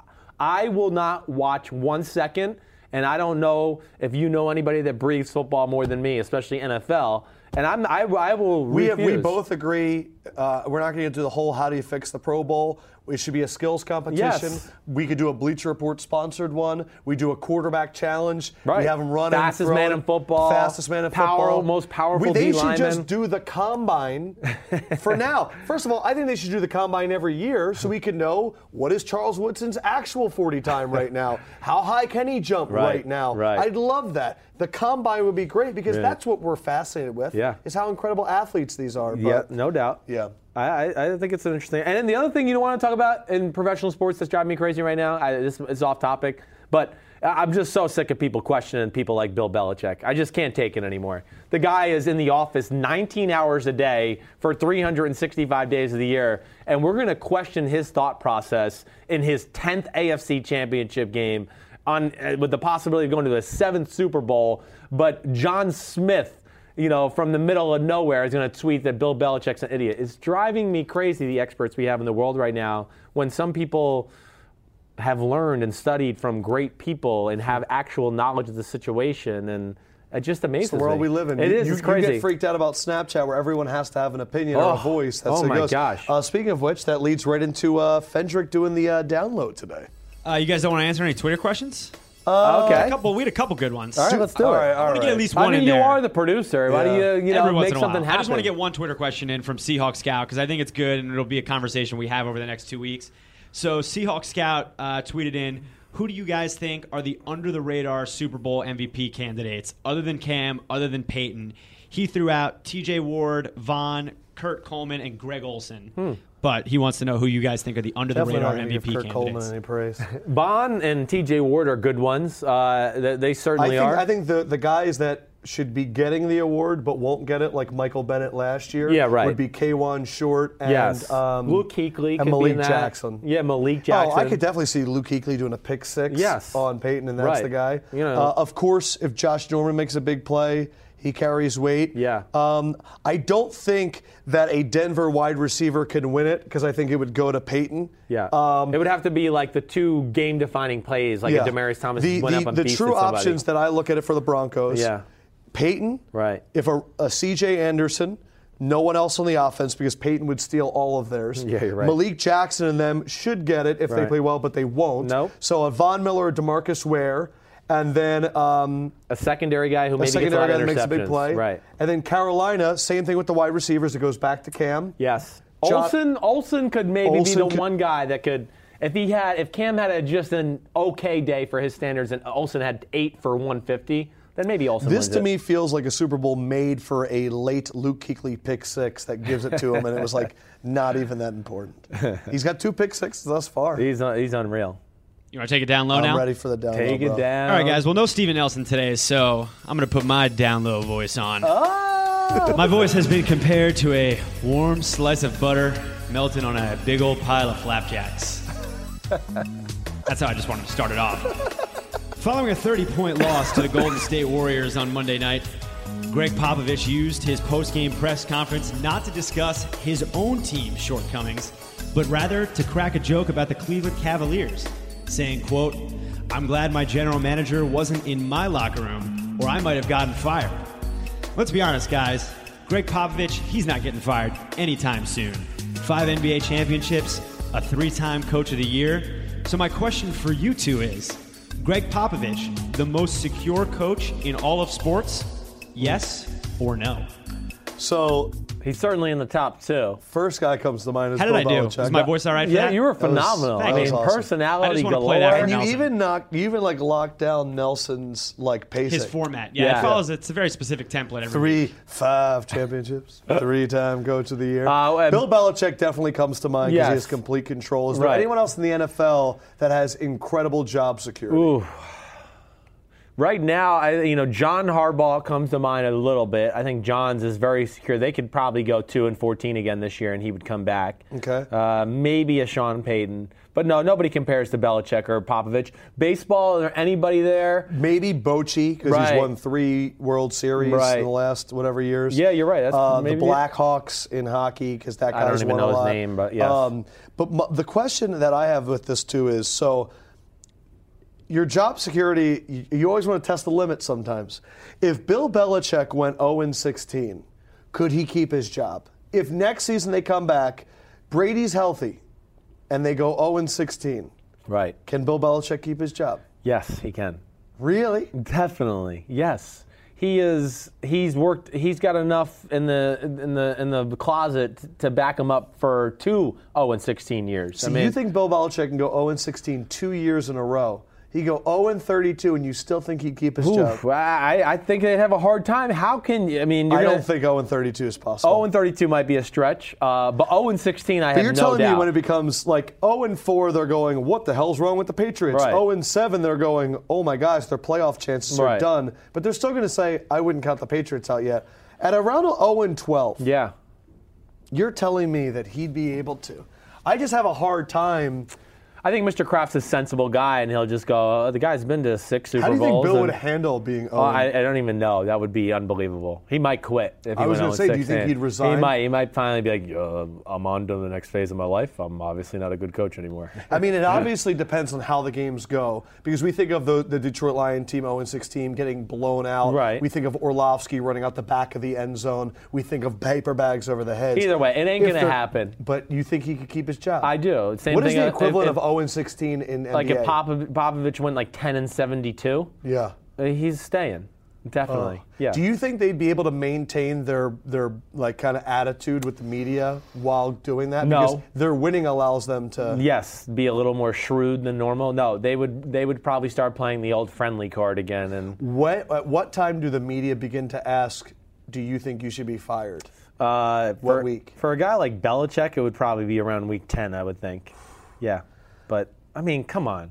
I will not watch one second, and I don't know if you know anybody that breathes football more than me, especially NFL. And I'm I, I will.
We, have, we
refuse.
both agree. Uh, we're not going to do the whole how do you fix the Pro Bowl. It should be a skills competition.
Yes.
We could do a Bleacher Report sponsored one. We do a quarterback challenge. We
Right.
have them running.
Fastest
throwing.
man in football.
Fastest man in
Power-
football.
most powerful
We, they
D
should
lineman.
just do the combine
(laughs)
for now. First of all, I think they should do the combine every year so we can know what is Charles Woodson's actual 40 time right now. How high can he jump right,
Right,
now?
right.
I'd love that. The combine would be great because
Yeah.
that's what we're fascinated with
Yeah.
is how incredible athletes these are.
Yeah,
but-
no doubt.
Yeah.
I, I, I think it's an interesting. And then the other thing you don't want to talk about in professional sports that's driving me crazy right now. I, this is off topic, but I- I'm just so sick of people questioning people like Bill Belichick. I just can't take it anymore. The guy is in the office 19 hours a day for 365 days of the year, and we're going to question his thought process in his 10th AFC Championship game, on uh, with the possibility of going to the seventh Super Bowl. But John Smith you know, from the middle of nowhere is going to tweet that Bill Belichick's an idiot. It's driving me crazy, the experts we have in the world right now, when some people have learned and studied from great people and have actual knowledge of the situation. And it just amazes
It's the world
me.
we live in.
It
you,
is.
You,
it's crazy.
you get freaked out about Snapchat where everyone has to have an opinion or
Oh,
a voice.
oh
how it
my
goes.
gosh.
Uh, speaking of which, that leads right into uh, Fendrick doing the uh, download today.
Uh, you guys don't want to answer any Twitter questions?
okay.
A couple. We had a couple good ones.
All right, let's do it.
right, all
I want to get at least
I
one
mean,
in
you
there.
are the producer. Why
Yeah.
do you, you know,
Every once
make
in a while.
something happen?
I just want to get one Twitter question in from Seahawk Scout because I think it's good and it'll be a conversation we have over the next two weeks. So Seahawk Scout uh, tweeted in, "Who do you guys think are the under the radar Super Bowl MVP candidates other than Cam, other than Peyton?" He threw out T.J. Ward, Vaughn, Kurt Coleman, and Greg Olson.
Hmm.
But he wants to know who you guys think are the under the
Definitely not
radar
going to give
MVP
Kurt Coleman
candidates.
any praise.
Bond and TJ Ward are good ones. Uh, they, they
I
certainly
think,
are.
I think the, the guys that should be getting the award but won't get it, like Michael Bennett last year,
Yeah, right.
would be Kwan Short and
yes.
um,
Luke Kuechly could
and
be
Malik
in that.
Jackson.
Yeah, Malik Jackson.
Oh, I could definitely see Luke Kuechly doing a pick six
Yes.
on Peyton, and that's
Right.
the guy.
You know.
Uh, of course, if Josh Norman makes a big play, He carries weight.
Yeah.
Um, I don't think that a Denver wide receiver can win it because I think it would go to Peyton.
Yeah.
Um,
it would have to be like the two game defining plays, like
yeah.
a Damaris Thomas
The,
went
the,
up and
the
beasted
true
somebody.
options that I look at it for the Broncos.
Yeah.
Peyton.
Right.
If a, a C.J. Anderson, no one else on the offense because Peyton would steal all of theirs.
Yeah, you're right.
Malik Jackson and them should get it if they
Right.
play well, but they won't.
Nope.
So a Von Miller, or Demarcus Ware, and then um,
A secondary guy who
a
maybe
secondary
gets
guy
a lot
that
of
makes a big
interceptions.
play.
Right.
And then Carolina, same thing with the wide receivers. It goes back to Cam.
Yes.
John-
Olson Olson could maybe
Olsen
be the
could-
one guy that could if he had if Cam had a, just an okay day for his standards and Olson had 8 for 150, then maybe Olson
This
wins
to
it.
me feels like a Super Bowl made for a late Luke Kuechly pick six that gives it to him, and it was
(laughs)
like not even that important. He's got two pick sixes thus far.
he's un- he's unreal.
You want to take it down low
I'm
now?
ready for the down.
Take
low,
it
bro.
down.
All right, guys. Well, no Steven Nelson today, so I'm going to put my down low voice on.
Oh!
My voice has been compared to a warm slice of butter melting on a big old pile of flapjacks. That's how I just wanted to start it off. Following a 30 point loss to the Golden State Warriors on Monday night, Greg Popovich used his post game press conference not to discuss his own team's shortcomings, but rather to crack a joke about the Cleveland Cavaliers, saying, quote, I'm glad my general manager wasn't in my locker room, or I might have gotten fired. Let's be honest, guys. Greg Popovich, he's not getting fired anytime soon. Five NBA championships, a three time coach of the year. So, my question for you two is Greg Popovich, the most secure coach in all of sports? Yes or no?
So
He's certainly in the top 2.
first guy comes to mind is
How did
Bill
I do?
Belichick.
Is my voice all right? For
Yeah,
that?
you were
was-
phenomenal.
that
I
was
mean,
awesome.
I
personality
just wanna
galore.
play that
And you
Nelson.
even knock, you even like locked down Nelson's like pacing.
His format. Yeah,
Yeah.
it follows, it's a very specific template. Every
Three, five
(laughs)
championships, three-time coach of the year.
Uh, and-
Bill Belichick definitely comes to mind because
Yes.
he has complete control. Is there
Right.
anyone else in the NFL that has incredible job security?
Right now, I, you know, John Harbaugh comes to mind a little bit. I think John's is very secure. They could probably go two and fourteen again this year, and he would come back.
Okay.
Uh, maybe a Sean Payton, but no, nobody compares to Belichick or Popovich. Baseball, is there anybody there?
Maybe Bochy because
Right.
he's won three World Series
Right.
in the last whatever years.
Yeah, you're right. That's
uh,
maybe-
the Blackhawks in hockey because that
I don't
guy's
even
won
know
a
his
lot. Um,
name, but yes.
but m- the question that I have with this too is so. Your job security, you, you always want to test the limit sometimes. If Bill Belichick went 0 and 16, could he keep his job? If next season they come back, Brady's healthy, and they go 0 and 16,
Right.
can Bill Belichick keep his job?
Yes, he can.
Really?
Definitely, yes. He is. He's worked. He's got enough in the in the in the closet to back him up for two oh and sixteen years.
So you think Bill Belichick can go 0 and 16 two years in a row? He go 0 and 32, and you still think he'd keep his
Oof,
job?
I, I think they'd have a hard time. How can you? I mean, you're
I
gonna,
don't think 0 and 32 is possible.
0 and 32 might be a stretch, uh, but 0 and 16, I
but
have
you're
no
telling
doubt.
me when it becomes like 0 and 4, they're going, "What the hell's wrong with the Patriots?"
Right.
0 and 7, they're going, "Oh my gosh, their playoff chances
Right.
are done." But they're still going to say, "I wouldn't count the Patriots out yet." At around 0 and 12,
yeah,
you're telling me that he'd be able to. I just have a hard time.
I think Mr. Kraft's a sensible guy, and he'll just go. "Oh, the guy's been to six Super
How do you think
Bowls.
Bill
and-
would handle being 0
Oh, I, I don't even know. That would be unbelievable. He might quit if he
I was
went
gonna say,
0
do you think
16.
he'd resign?
He might. He might finally be like, "Uh, I'm on to the next phase of my life. I'm obviously not a good coach
(laughs)
anymore.
I mean, it obviously depends on how the games go because we think of the, the Detroit Lion team 0 16 getting blown out.
Right.
We think of Orlovsky running out the back of the end zone. We think of paper bags over the heads.
Either way, it ain't
If
gonna
they're-
happen.
But you think he could keep his job?
I do. Same
What is
thing
the
if-
equivalent
if-
of 0 16 in NBA?
like if Popov- Popovich went like 10 and 72,
Yeah.
uh, he's staying. Definitely. yeah.
Oh. Do you think they'd be able to maintain their their like kind of attitude with the media while doing that?
No.
Because their winning allows them to.
Yes, be a little more shrewd than normal. No, they would they would probably start playing the old friendly card again. And
What at what time do the media begin to ask? Do you think you should be fired?
uh, for,
What week?
For a guy like Belichick, it would probably be around week ten, I would think. Yeah, but I mean, come on,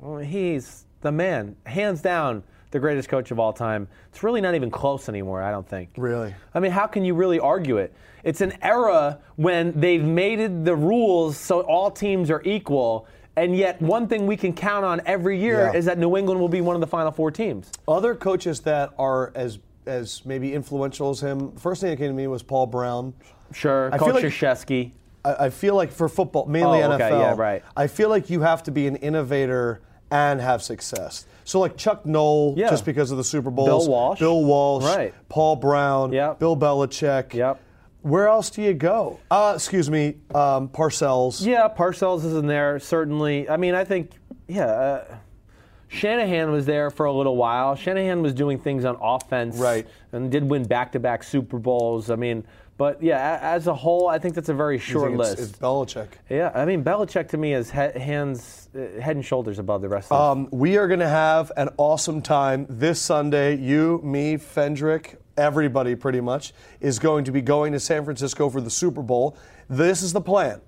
Well, he's the man, hands down, the greatest coach of all time. It's really not even close anymore. I don't think.
Really?
I mean, how can you really argue it? It's an era when they've made it the rules so all teams are equal, and yet one thing we can count on every year
Yeah.
is that New England will be one of the final four teams.
Other coaches that are as as maybe influential as him. First thing that came to me was Paul Brown.
Sure.
I feel
Coach
like-
Krzyzewski.
I, I feel like for football, mainly
Oh,
NFL,
okay, yeah, right.
I feel like you have to be an innovator and have success. So like Chuck Knoll,
Yeah.
just because of the Super Bowls,
Bill Walsh.
Bill Walsh,
Right.
Paul Brown,
Yep.
Bill Belichick.
Yep.
Where else do you go? Uh, excuse me, um, Parcells.
Yeah, Parcells is in there certainly. I mean, I think yeah. Uh, Shanahan was there for a little while. Shanahan was doing things on offense,
Right.
and did win back-to-back Super Bowls. I mean, but yeah, a- as a whole, I think that's a very
I
short
think it's,
list.
it's Belichick.
yeah, I mean, Belichick to me is he- hands, uh, head and shoulders above the rest of them.
Um, we are going to have an awesome time this Sunday. You, me, Fendrick, everybody pretty much is going to be going to San Francisco for the Super Bowl. This is the plan.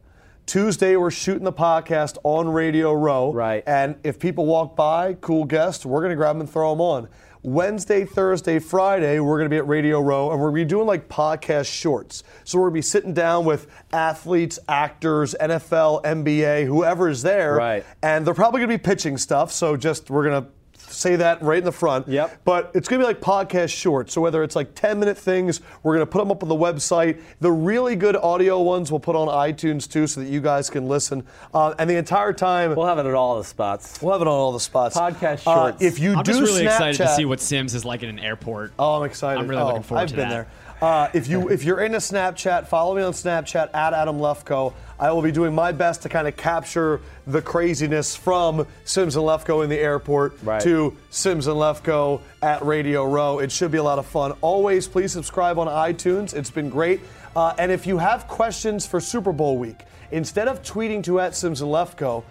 Tuesday, we're shooting the podcast on Radio Row.
Right.
And if people walk by, cool guests, we're going to grab them and throw them on. Wednesday, Thursday, Friday, we're going to be at Radio Row and we're going to be doing like podcast shorts. So we're going to be sitting down with athletes, actors, NFL, NBA, whoever's there.
Right.
And they're probably going to be pitching stuff, so just we're going to say that right in the front.
Yep.
But it's going to be like podcast shorts. So whether it's like 10 minute things, we're going to put them up on the website. The really good audio ones we'll put on iTunes too, so that you guys can listen. Uh, and the entire time,
we'll have it at all the spots.
we'll have it on all the spots.
Podcast
Uh,
shorts.
if you
I'm
do
just really excited to
Snapchat-
see what Sims is like in an airport.
Oh, I'm excited.
I'm really
Oh,
looking forward
I've
to
been there.
that.
Uh, if
(laughs)
you if you're into Snapchat, follow me on Snapchat at Adam Lefko. I will be doing my best to kind of capture the craziness from Sims and Lefko in the airport
Right.
to Sims and Lefko at Radio Row. It should be a lot of fun. Always please subscribe on iTunes. It's been great. Uh, and if you have questions for Super Bowl week, instead of tweeting to at Sims and Lefko,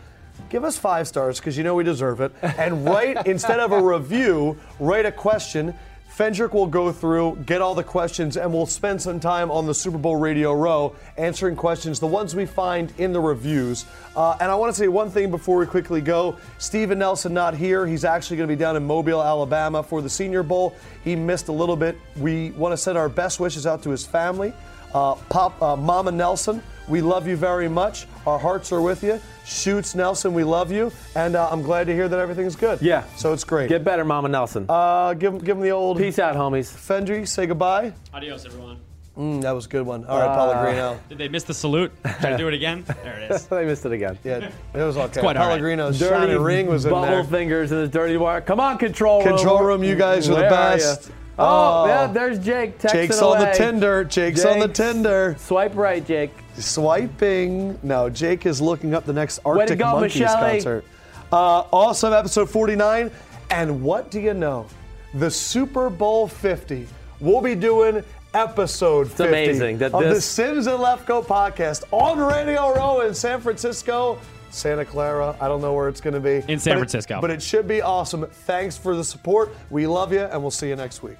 give us five stars because you know we deserve it. And
(laughs)
write instead of a review, write a question. Fendrick will go through, get all the questions, and we'll spend some time on the Super Bowl Radio Row answering questions, the ones we find in the reviews. Uh, and I want to say one thing before we quickly go. Steven Nelson not here. He's actually going to be down in Mobile, Alabama for the Senior Bowl. He missed a little bit. We want to send our best wishes out to his family. Uh, Pop, uh, Mama Nelson, we love you very much. Our hearts are with you. Shoots Nelson, we love you. And uh, I'm glad to hear that everything's good.
Yeah.
So it's great.
Get better, Mama Nelson.
uh, give, 'em- give him the old
Peace out, homies.
Fendry, say goodbye.
Adios, everyone.
Mm, that was a good one. All
Ah.
right, Pellegrino.
Did they miss the salute? Should I do it again? There it is.
I missed it again.
Yeah, it was okay.
quite all right.
Pellegrino's
Dirty
shining ring was in
bubble
there.
fingers and his dirty wire. Come on, control room.
Control room, you guys are the
Where ya?
best.
Oh,
Oh.
yeah, there's Jake. Texting
Jake's
away.
on the Tinder. Jake's on the
Jake's-
Tinder.
Swipe right, Jake.
swiping. No, Jake is looking up the next Arctic
go,
Monkeys
Michele.
concert. Uh, awesome episode 49. And what do you know? The Super Bowl 50. We'll be doing episode 50
amazing that
of the
this-
Sims and Lefko podcast on Radio Row in San Francisco. Santa Clara. I don't know where it's going to be.
In San
But it-
Francisco.
but it should be awesome. Thanks for the support. We love you, and we'll see you next week.